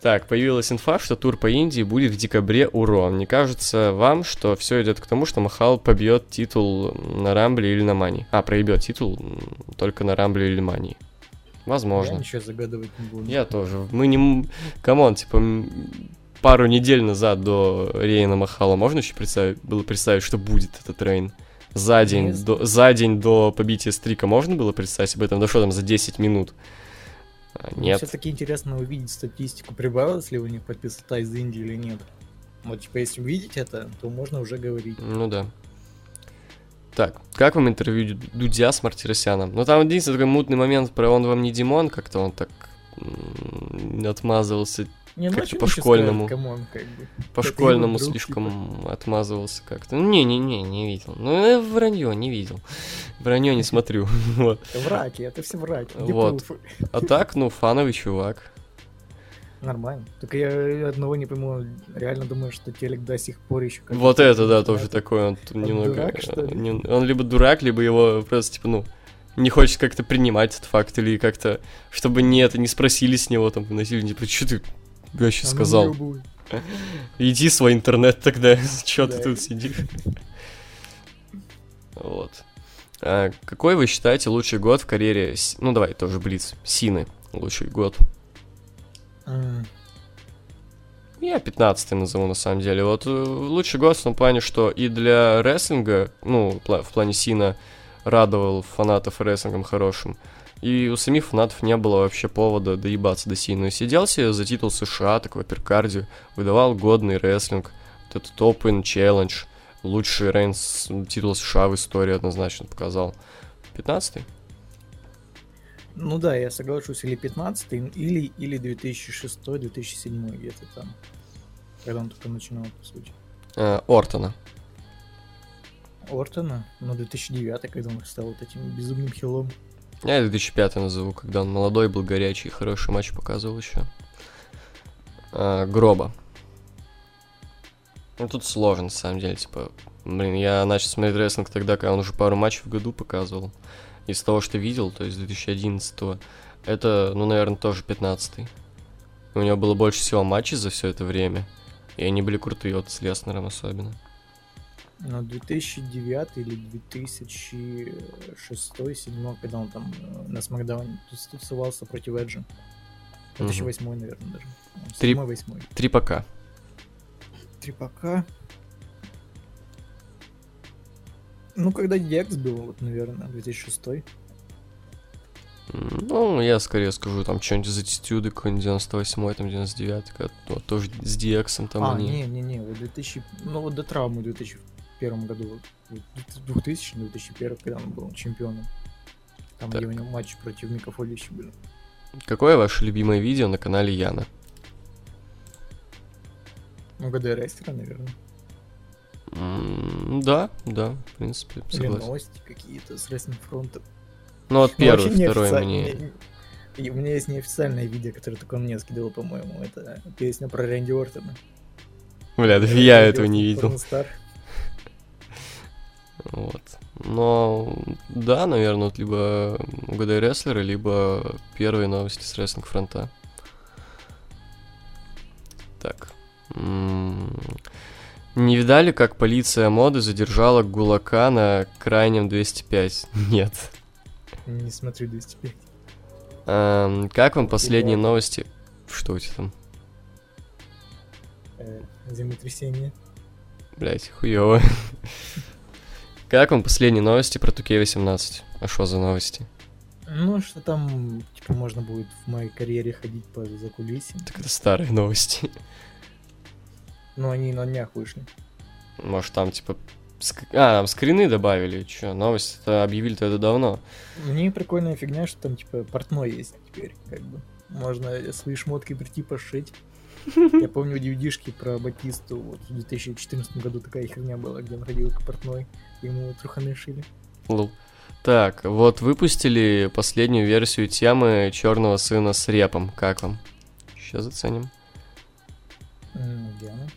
Так, появилась инфа, что тур по Индии будет в декабре у Ро. Не кажется вам, что все идет к тому, что Махал побьет титул на Рамбле или на Мани? А, проебет титул м, только на Рамбле или Мани. Я Возможно. ничего загадывать не буду. Я тоже. Мы не... м- Камон, типа, м, пару недель назад до Рейна Махала можно еще представить, было представить, что будет этот Рейн? За день, Yes. до, за день до побития Стрика можно было представить об этом? Да что там, за 10 минут? А, Ну, Нет. Все-таки интересно увидеть статистику, прибавилось ли у них подписота из Индии или нет. Вот, типа, если увидеть это, то можно уже говорить. Ну да. Так, как вам интервью Дю- Дудя с Мартиросяном? Ну там единственный такой мутный момент про он вам не Димон, как-то он так м, отмазывался Не, Как-то а чё по-школьному. ничего сказать, камон, как бы. По Это его школьному друг, типа. слишком отмазывался как-то. Ну, Не-не-не, не видел. Ну, э, вранье не видел. Вранье не смотрю. Вот. Это враки, это все враки. где Вот. пруфы? А так, ну, фановый чувак. Нормально. Только я одного не пойму, реально думаю, что телек до сих пор еще как-то Вот это, да, не тоже знает. такой он тут Он немного... э, дурак, что ли? не- Он либо дурак, либо его просто, типа, ну, не хочет как-то принимать этот факт, или как-то, чтобы не это, не спросили с него, там, насильно, типа, что ты вообще А ну, сказал? ёбывай. Иди свой интернет тогда, чё ты Да. тут сидишь? Вот. А Какой вы считаете лучший год в карьере, С- ну давай, тоже Блиц, Сины, лучший год? М, Я 15 назову, на самом деле. Вот э, лучший год в том плане, что и для рестлинга, ну, пла- в плане Сина, радовал фанатов рестлингом хорошим. И у самих фанатов не было вообще повода доебаться до Сина. И сидел себе за титул США, такой перкардию, выдавал годный рестлинг, вот этот Open Challenge, лучший рейнс титул США в истории однозначно показал. 15 Ну да, я соглашусь, или 15 или, или 2006-2007, где-то там. Когда он только начинал, по сути. э, Ортона. Ортона, но 2009 когда он стал вот этим безумным хилом. Я 2005 назову, когда он молодой был, горячий, хороший матч показывал еще. А, гроба. Ну, тут сложно, на самом деле, типа... Блин, я начал смотреть рестлинг тогда, когда он уже пару матчей в году показывал. Из того, что видел, то есть 2011 это, ну, наверное, тоже 15 У него было больше всего матчей за все это время. И они были крутые, вот с Леснером особенно. Но 2009 или 2006-2007, когда он там э, на Смакдауне тус- тусовался против Эджи. 2008, наверное, даже. Три- 7-8. Три пока. Трипака. Ну, когда Декс был, вот, наверное, 2006. М, Ну, я скорее скажу, там что-нибудь из аттитюды, какой-нибудь 98 там 99 когда то- тоже с Диаксом там а, они. не-не-не, вот 2000... Ну, вот до травмы в 2001 году, вот, вот 2000-2001, когда он был чемпионом. Там Так. где у него матчи против Мика Фоличи были. Какое ваше любимое видео на канале Яна? Ну, ГД Рейстера, наверное. М, да, да, в принципе, Или согласен. новости какие-то с Рестлинг Фронта. Ну, вот Ну, первый, вообще второй неофициаль- мне... не- и У меня есть неофициальное видео, которое только он мне скидывал, по-моему. Это песня про Рэнди Ортона. Бля, да Рэнди я этого Ортон, не видел. Порнстар. Вот. Но, да, наверное, вот либо угадай рестлеры, либо первые новости с рестлинг фронта. Так. М, Не видали, как полиция моды задержала Гулака на крайнем 205? Нет. Не смотрю 205. Эм, как вам последние Да. новости? Что у тебя там? Э, Землетрясение. Блять, хуёво. Как вам последние новости про Туке 18? А что за новости? Ну, что там, типа, можно будет в моей карьере ходить по закулисьям. Так это старые новости. Но они на днях вышли. Может, там, типа... ск- А, там скрины добавили, чё, новость это объявили-то это давно. Мне прикольная фигня, что там, типа, портной есть теперь, как бы. Можно свои шмотки прийти пошить. Я помню у DVD-шки про Батисту, вот в 2014 году такая херня была, где он ходил к портной, ему труханы шили. Лол. Так, вот выпустили последнюю версию темы черного сына с репом. Как вам? Сейчас заценим. М, Где она?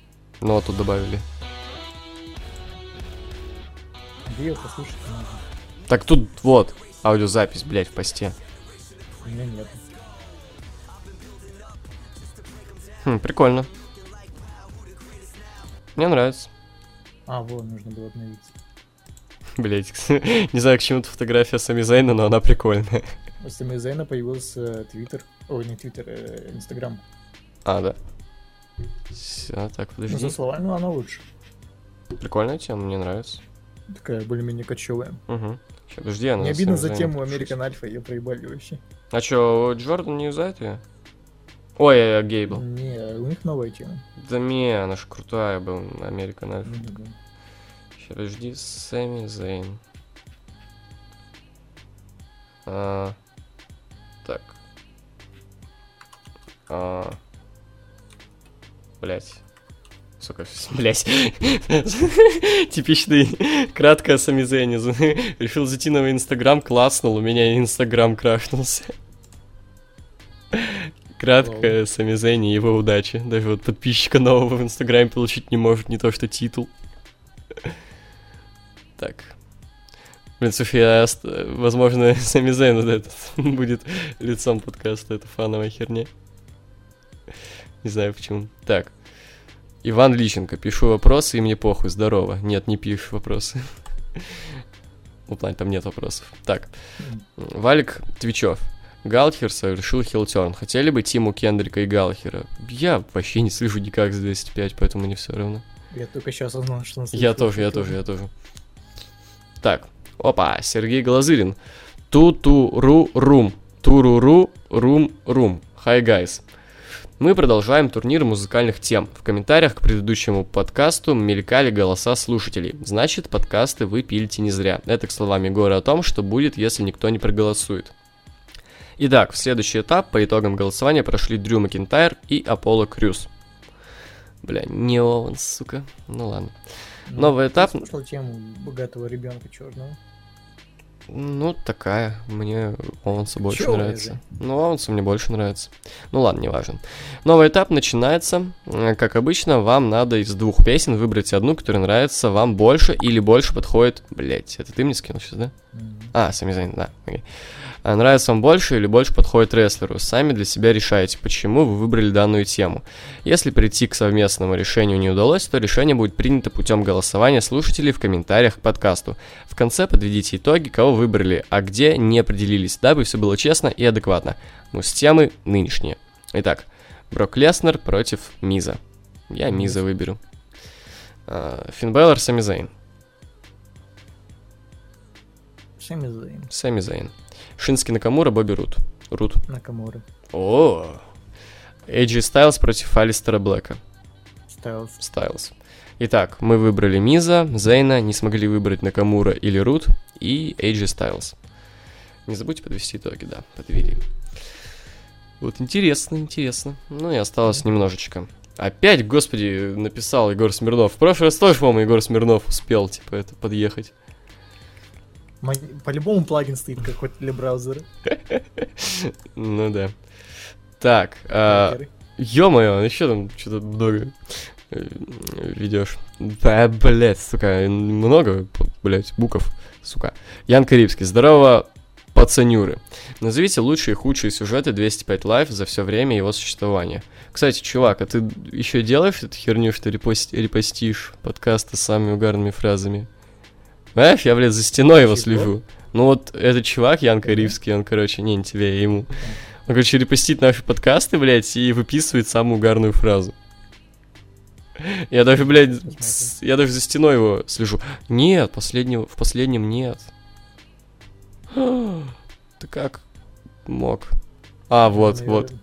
Ну, вот тут добавили. Где ее послушать можно? Так тут вот аудиозапись, блядь, в посте. У меня нет. Хм, прикольно. Мне нравится. А, вот, нужно было обновиться. Блять, не знаю, к чему эта фотография Сами Зайна, но она прикольная. У Сэмми Зейна появился Твиттер. Ой, не Твиттер, э, Инстаграм. А, да. Все, так, Ну, подожди. за словами она лучше. Прикольная тема, мне нравится. Такая более-менее кочевая. Угу. Сейчас, подожди, я на Не обидно за самом деле тему напишу. Американ Альфа, ее проебали вообще. А чё, Джордан не юзает ее? Ой, я, Гейбл. Не, у них новая тема. Да не, она ж крутая была, Американ Альфа. Мгм, да. Сейчас, подожди, Сэмми Зейн. А, так. А, блять. Сука, блять. Типичный, кратко о Сэмми Зейне. Решил зайти на мой инстаграм, класснул, у меня инстаграм крашнулся. Кратко о Сэмми Зейне и его удачи. Даже вот подписчика нового в инстаграме получить не может, не то что титул. Так. Блин, слушай, я, ост- возможно, Сами Зейн вот этот будет лицом подкаста, это фановая херня. Не знаю почему. Так. Иван Личенко, пишу вопросы, и мне похуй, здорово. Нет, не пишешь вопросы. Ну, в плане, там нет вопросов. Так. Валик Твичев. Галхер совершил хилтерн. Хотели бы Тиму Кендрика и Галхера? Я вообще не слышу никак за 205, поэтому мне все равно. Я только сейчас узнал, что он Я слышал. тоже, я тоже, я тоже. Так, опа, Сергей Глазырин. Ту-ту-ру-рум. Туру-ру-рум-рум. Hi, guys. Мы продолжаем турнир музыкальных тем. В комментариях к предыдущему подкасту мелькали голоса слушателей. Значит, подкасты вы пилите не зря. Это, к словам Егора, о том, что будет, если никто не проголосует. Итак, в следующий этап по итогам голосования прошли Дрю Макентайр и Аполло Крюс. Бля, не Оуэн, сука. Ну ладно. Ну, Новый ты этап. слышал тему богатого ребенка черного. Ну, такая. Мне Оуэнсу больше Чёрная нравится. же. Ну, Оуэнсу мне больше нравится. Ну ладно, неважно. Новый этап начинается. Э, Как обычно, вам надо из двух песен выбрать одну, которая нравится вам больше или больше подходит... Блять, это ты мне скинул сейчас, да? А, сами заняты, да. окей. А, нравится вам больше или больше подходит рестлеру? Сами для себя решаете, почему вы выбрали данную тему. Если прийти к совместному решению не удалось, то решение будет принято путем голосования слушателей в комментариях к подкасту. В конце подведите итоги, кого выбрали, а где не определились, дабы все было честно и адекватно. Ну, с темы нынешние. Итак, Брок Леснер против Миза. Я Миза выберу. А, Финн Бэлор, Сами Зейн. Сами заим. Сами Зейн. Шинский Накамура, Бобби Рут. Рут. Накамуры. О, AJ Styles против Алистера Блэка. Стайлс. Styles. Итак, мы выбрали Миза, Зейна, не смогли выбрать Накамура или Рут, и AJ Styles. Не забудьте подвести итоги, да, подвели. Вот интересно, интересно. Ну и осталось немножечко. Опять, господи, написал Егор Смирнов. В прошлый раз тоже, по-моему, Егор Смирнов успел, типа, это подъехать. Мон- По-любому плагин стоит какой-то для браузера. Ну да. Так, а, Хакеры. Ё-моё, еще там что-то много ведешь. Да, блядь, сука, много, блядь, буков, сука. Ян Карибский, здорово, пацанюры. Назовите лучшие и худшие сюжеты 205 Live за все время его существования. Кстати, чувак, а ты еще делаешь эту херню, что репост- репостишь подкасты с самыми угарными фразами? Знаешь, я, блядь, за стеной его Чего? слежу. Ну вот этот чувак, Ян Карибский, он, короче, не, не тебе, а ему. Он, короче, репостит наши подкасты, блядь, и выписывает самую угарную фразу. Я даже, блядь, с- я даже за стеной его слежу. Нет, последнего, в последнем нет. Ты как мог? А, Ну, вот, вот. Наверное.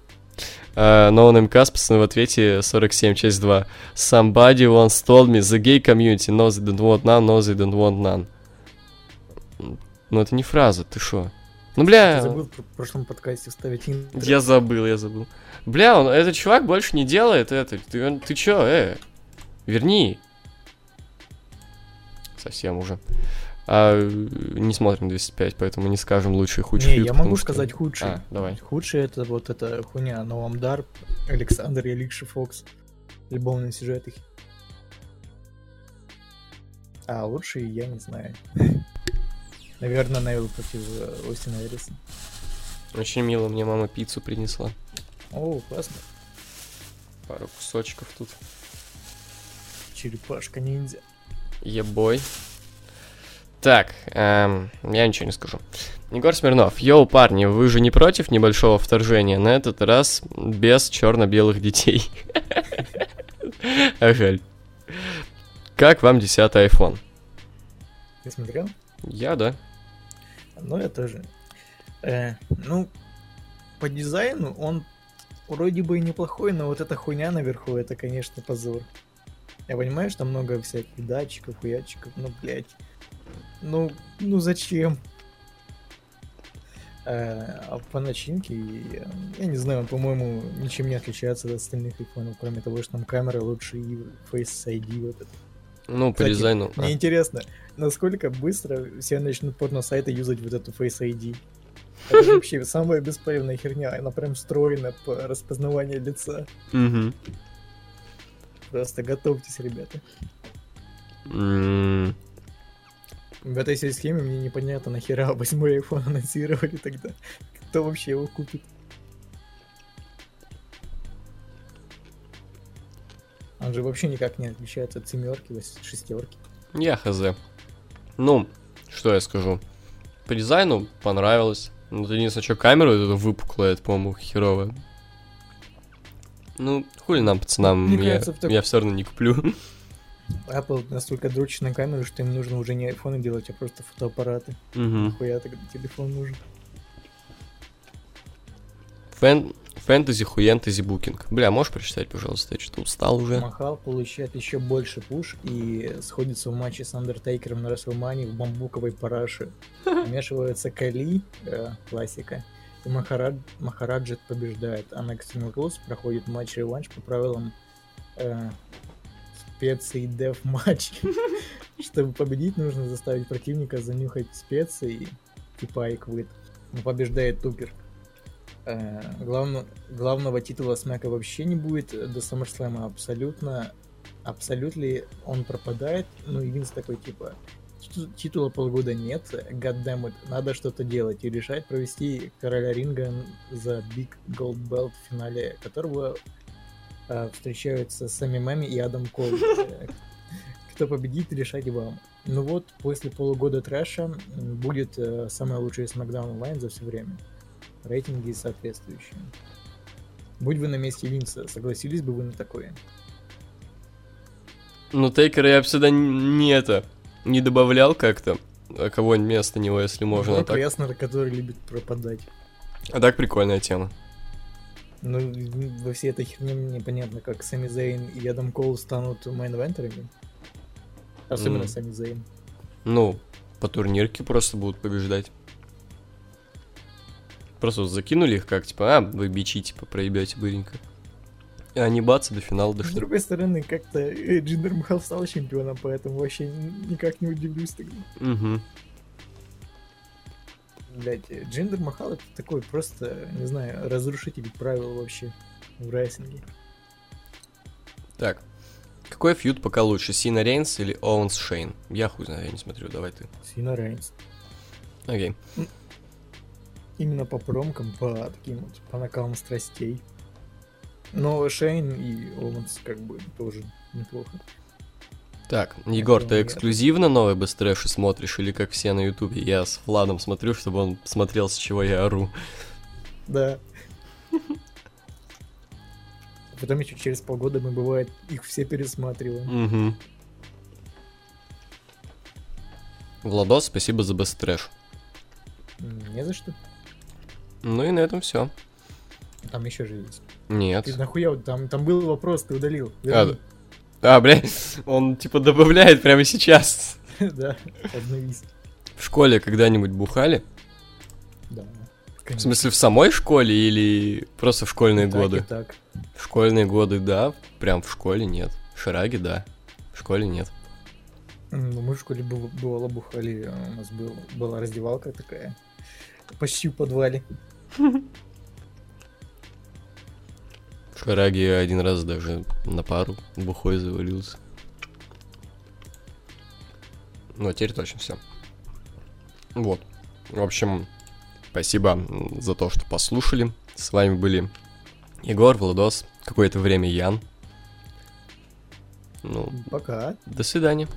А, Но он МК в ответе 47, часть 2. Somebody once told me the gay community knows they don't want none, knows they don't want none. Ну это не фраза, ты шо? Ну бля... Ты забыл про- в прошлом подкасте вставить интро. Я забыл, я забыл. Бля, он, этот чувак больше не делает это. Ты, он- ты чё, э? Верни. Совсем уже. А, э, не смотрим 205, поэтому не скажем лучший худший. Не, фьюд, я потому могу что- сказать худший. А, давай. Худший это вот эта хуйня Новом Дар, Александр и Аликша Фокс. Любовные сюжеты. А лучший я не знаю. Наверное, Невил против э, Остина Эриса. Очень мило, мне мама пиццу принесла. О, классно. Пару кусочков тут. Черепашка ниндзя. Ебой. Так, эм, я ничего не скажу. Егор Смирнов. Йоу, парни, вы же не против небольшого вторжения? На этот раз без черно-белых детей. А жаль. Как вам 10 iPhone? Ты смотрел? Я, да. Ну, я тоже. Э, ну, по дизайну он вроде бы и неплохой, но вот эта хуйня наверху, это, конечно, позор. Я понимаю, что много всяких датчиков, хуячиков, ну, блядь. Ну, ну зачем? Э, а по начинке, э, я не знаю, он, по-моему, ничем не отличается от остальных айфонов, кроме того, что там камера лучше и Face ID вот это. Ну, по Кстати, дизайну. а. Мне интересно, насколько быстро все начнут порно-сайты юзать вот эту Face ID. Это же вообще самая бесполезная херня, она прям встроена по распознаванию лица. Мгм. Просто готовьтесь, ребята. М, В этой всей схеме мне непонятно, нахера восьмой iPhone анонсировали тогда. Кто вообще его купит? Он же вообще никак не отличается от семерки, вось- шестерки. Я хз. Ну, что я скажу. По дизайну понравилось. Ну, ты единственное, что камеру вот эту выпуклая, это, по-моему, херовая. Ну, хули нам, пацанам, Мне я, кажется, в так- я все равно не куплю. Apple настолько дрочит на камеру, что им нужно уже не айфоны делать, а просто фотоаппараты. Мгм. Хуя тогда телефон нужен. Фэн- Фэнтези, хуентези, букинг. Бля, можешь прочитать, пожалуйста? Я что-то устал уже. Махал получает еще больше пуш и сходится в матче с Андертейкером на Расселмане в бамбуковой параше. Вмешиваются Кали, э, классика, и Махарад- Махараджит побеждает, а на Extreme Rules проходит матч-реванш по правилам э, специй деф матч. Чтобы победить, нужно заставить противника занюхать специи, типа Айквит. Но побеждает Тупер. Э, главно- главного титула Смека вообще не будет э, до Саммерслэма абсолютно. Абсолютно он пропадает. Ну, единственный такой, типа, «Титу- титула полгода нет, goddammit, надо что-то делать. И решает провести короля ринга за Big Gold Belt в финале, которого э, встречаются Сами Мами и Адам Кол. Э, Кто победит, решать вам. Ну вот, после полугода трэша м, будет э, самая лучшая SmackDown Онлайн за все время рейтинги соответствующие. Будь вы на месте Винса, согласились бы вы на такое? Ну, Тейкера я бы сюда н- не это, не добавлял как-то. А Кого-нибудь вместо него, если можно. А Брок так, Леснер, который любит пропадать. а так прикольная тема. Ну, в- во всей этой херне мне непонятно, как Сами Зейн и Адам Коул станут мейн-вентерами. Особенно М. Сами Зейн. Ну, по турнирке просто будут побеждать. Просто вот закинули их как, типа, а, вы бичи, типа, проебете быренько. И они бац, до финала С дошли. другой стороны, как-то э, Джиндер Махал стал чемпионом, поэтому вообще н- никак не удивлюсь тогда. Мгм. Блять, э, Джиндер Махал это такой просто, не знаю, разрушитель правил вообще в райсинге. Так. Какой фьюд пока лучше, Сина Рейнс или Оуэнс Шейн? Я хуй знаю, я не смотрю, давай ты. Сина Рейнс. Окей. именно по промкам, по таким вот, по накалам страстей. Но Шейн и Оуэнс как бы тоже неплохо. Так, Егор, думаю, ты я- эксклюзивно новые быстрэши смотришь или как все на ютубе? Я с Владом смотрю, чтобы он смотрел, с чего я ору. Да. Потом еще через полгода мы, бывает, их все пересматриваем. Угу. Владос, спасибо за быстрэш. М, Не за что. Ну и на этом все. Там еще же есть. Нет. Ты нахуя, вот там, там был вопрос, ты удалил. А, Верни. А, бля, он типа добавляет прямо сейчас. Да, обновись. В школе когда-нибудь бухали? Да. В Конечно. смысле, в самой школе или просто в школьные Так и годы? Так, В школьные годы, да. Прям в школе нет. Шараги, да. В школе нет. М, Ну, мы в школе быв- бывало бухали, э, у нас был, была раздевалка такая, почти в подвале. В шараге я один раз даже на пару бухой завалился. Ну, а теперь точно все. Вот. В общем, спасибо м, за то, что послушали. С вами были Егор, Владос, какое-то время Ян. Ну, Пока. до свидания.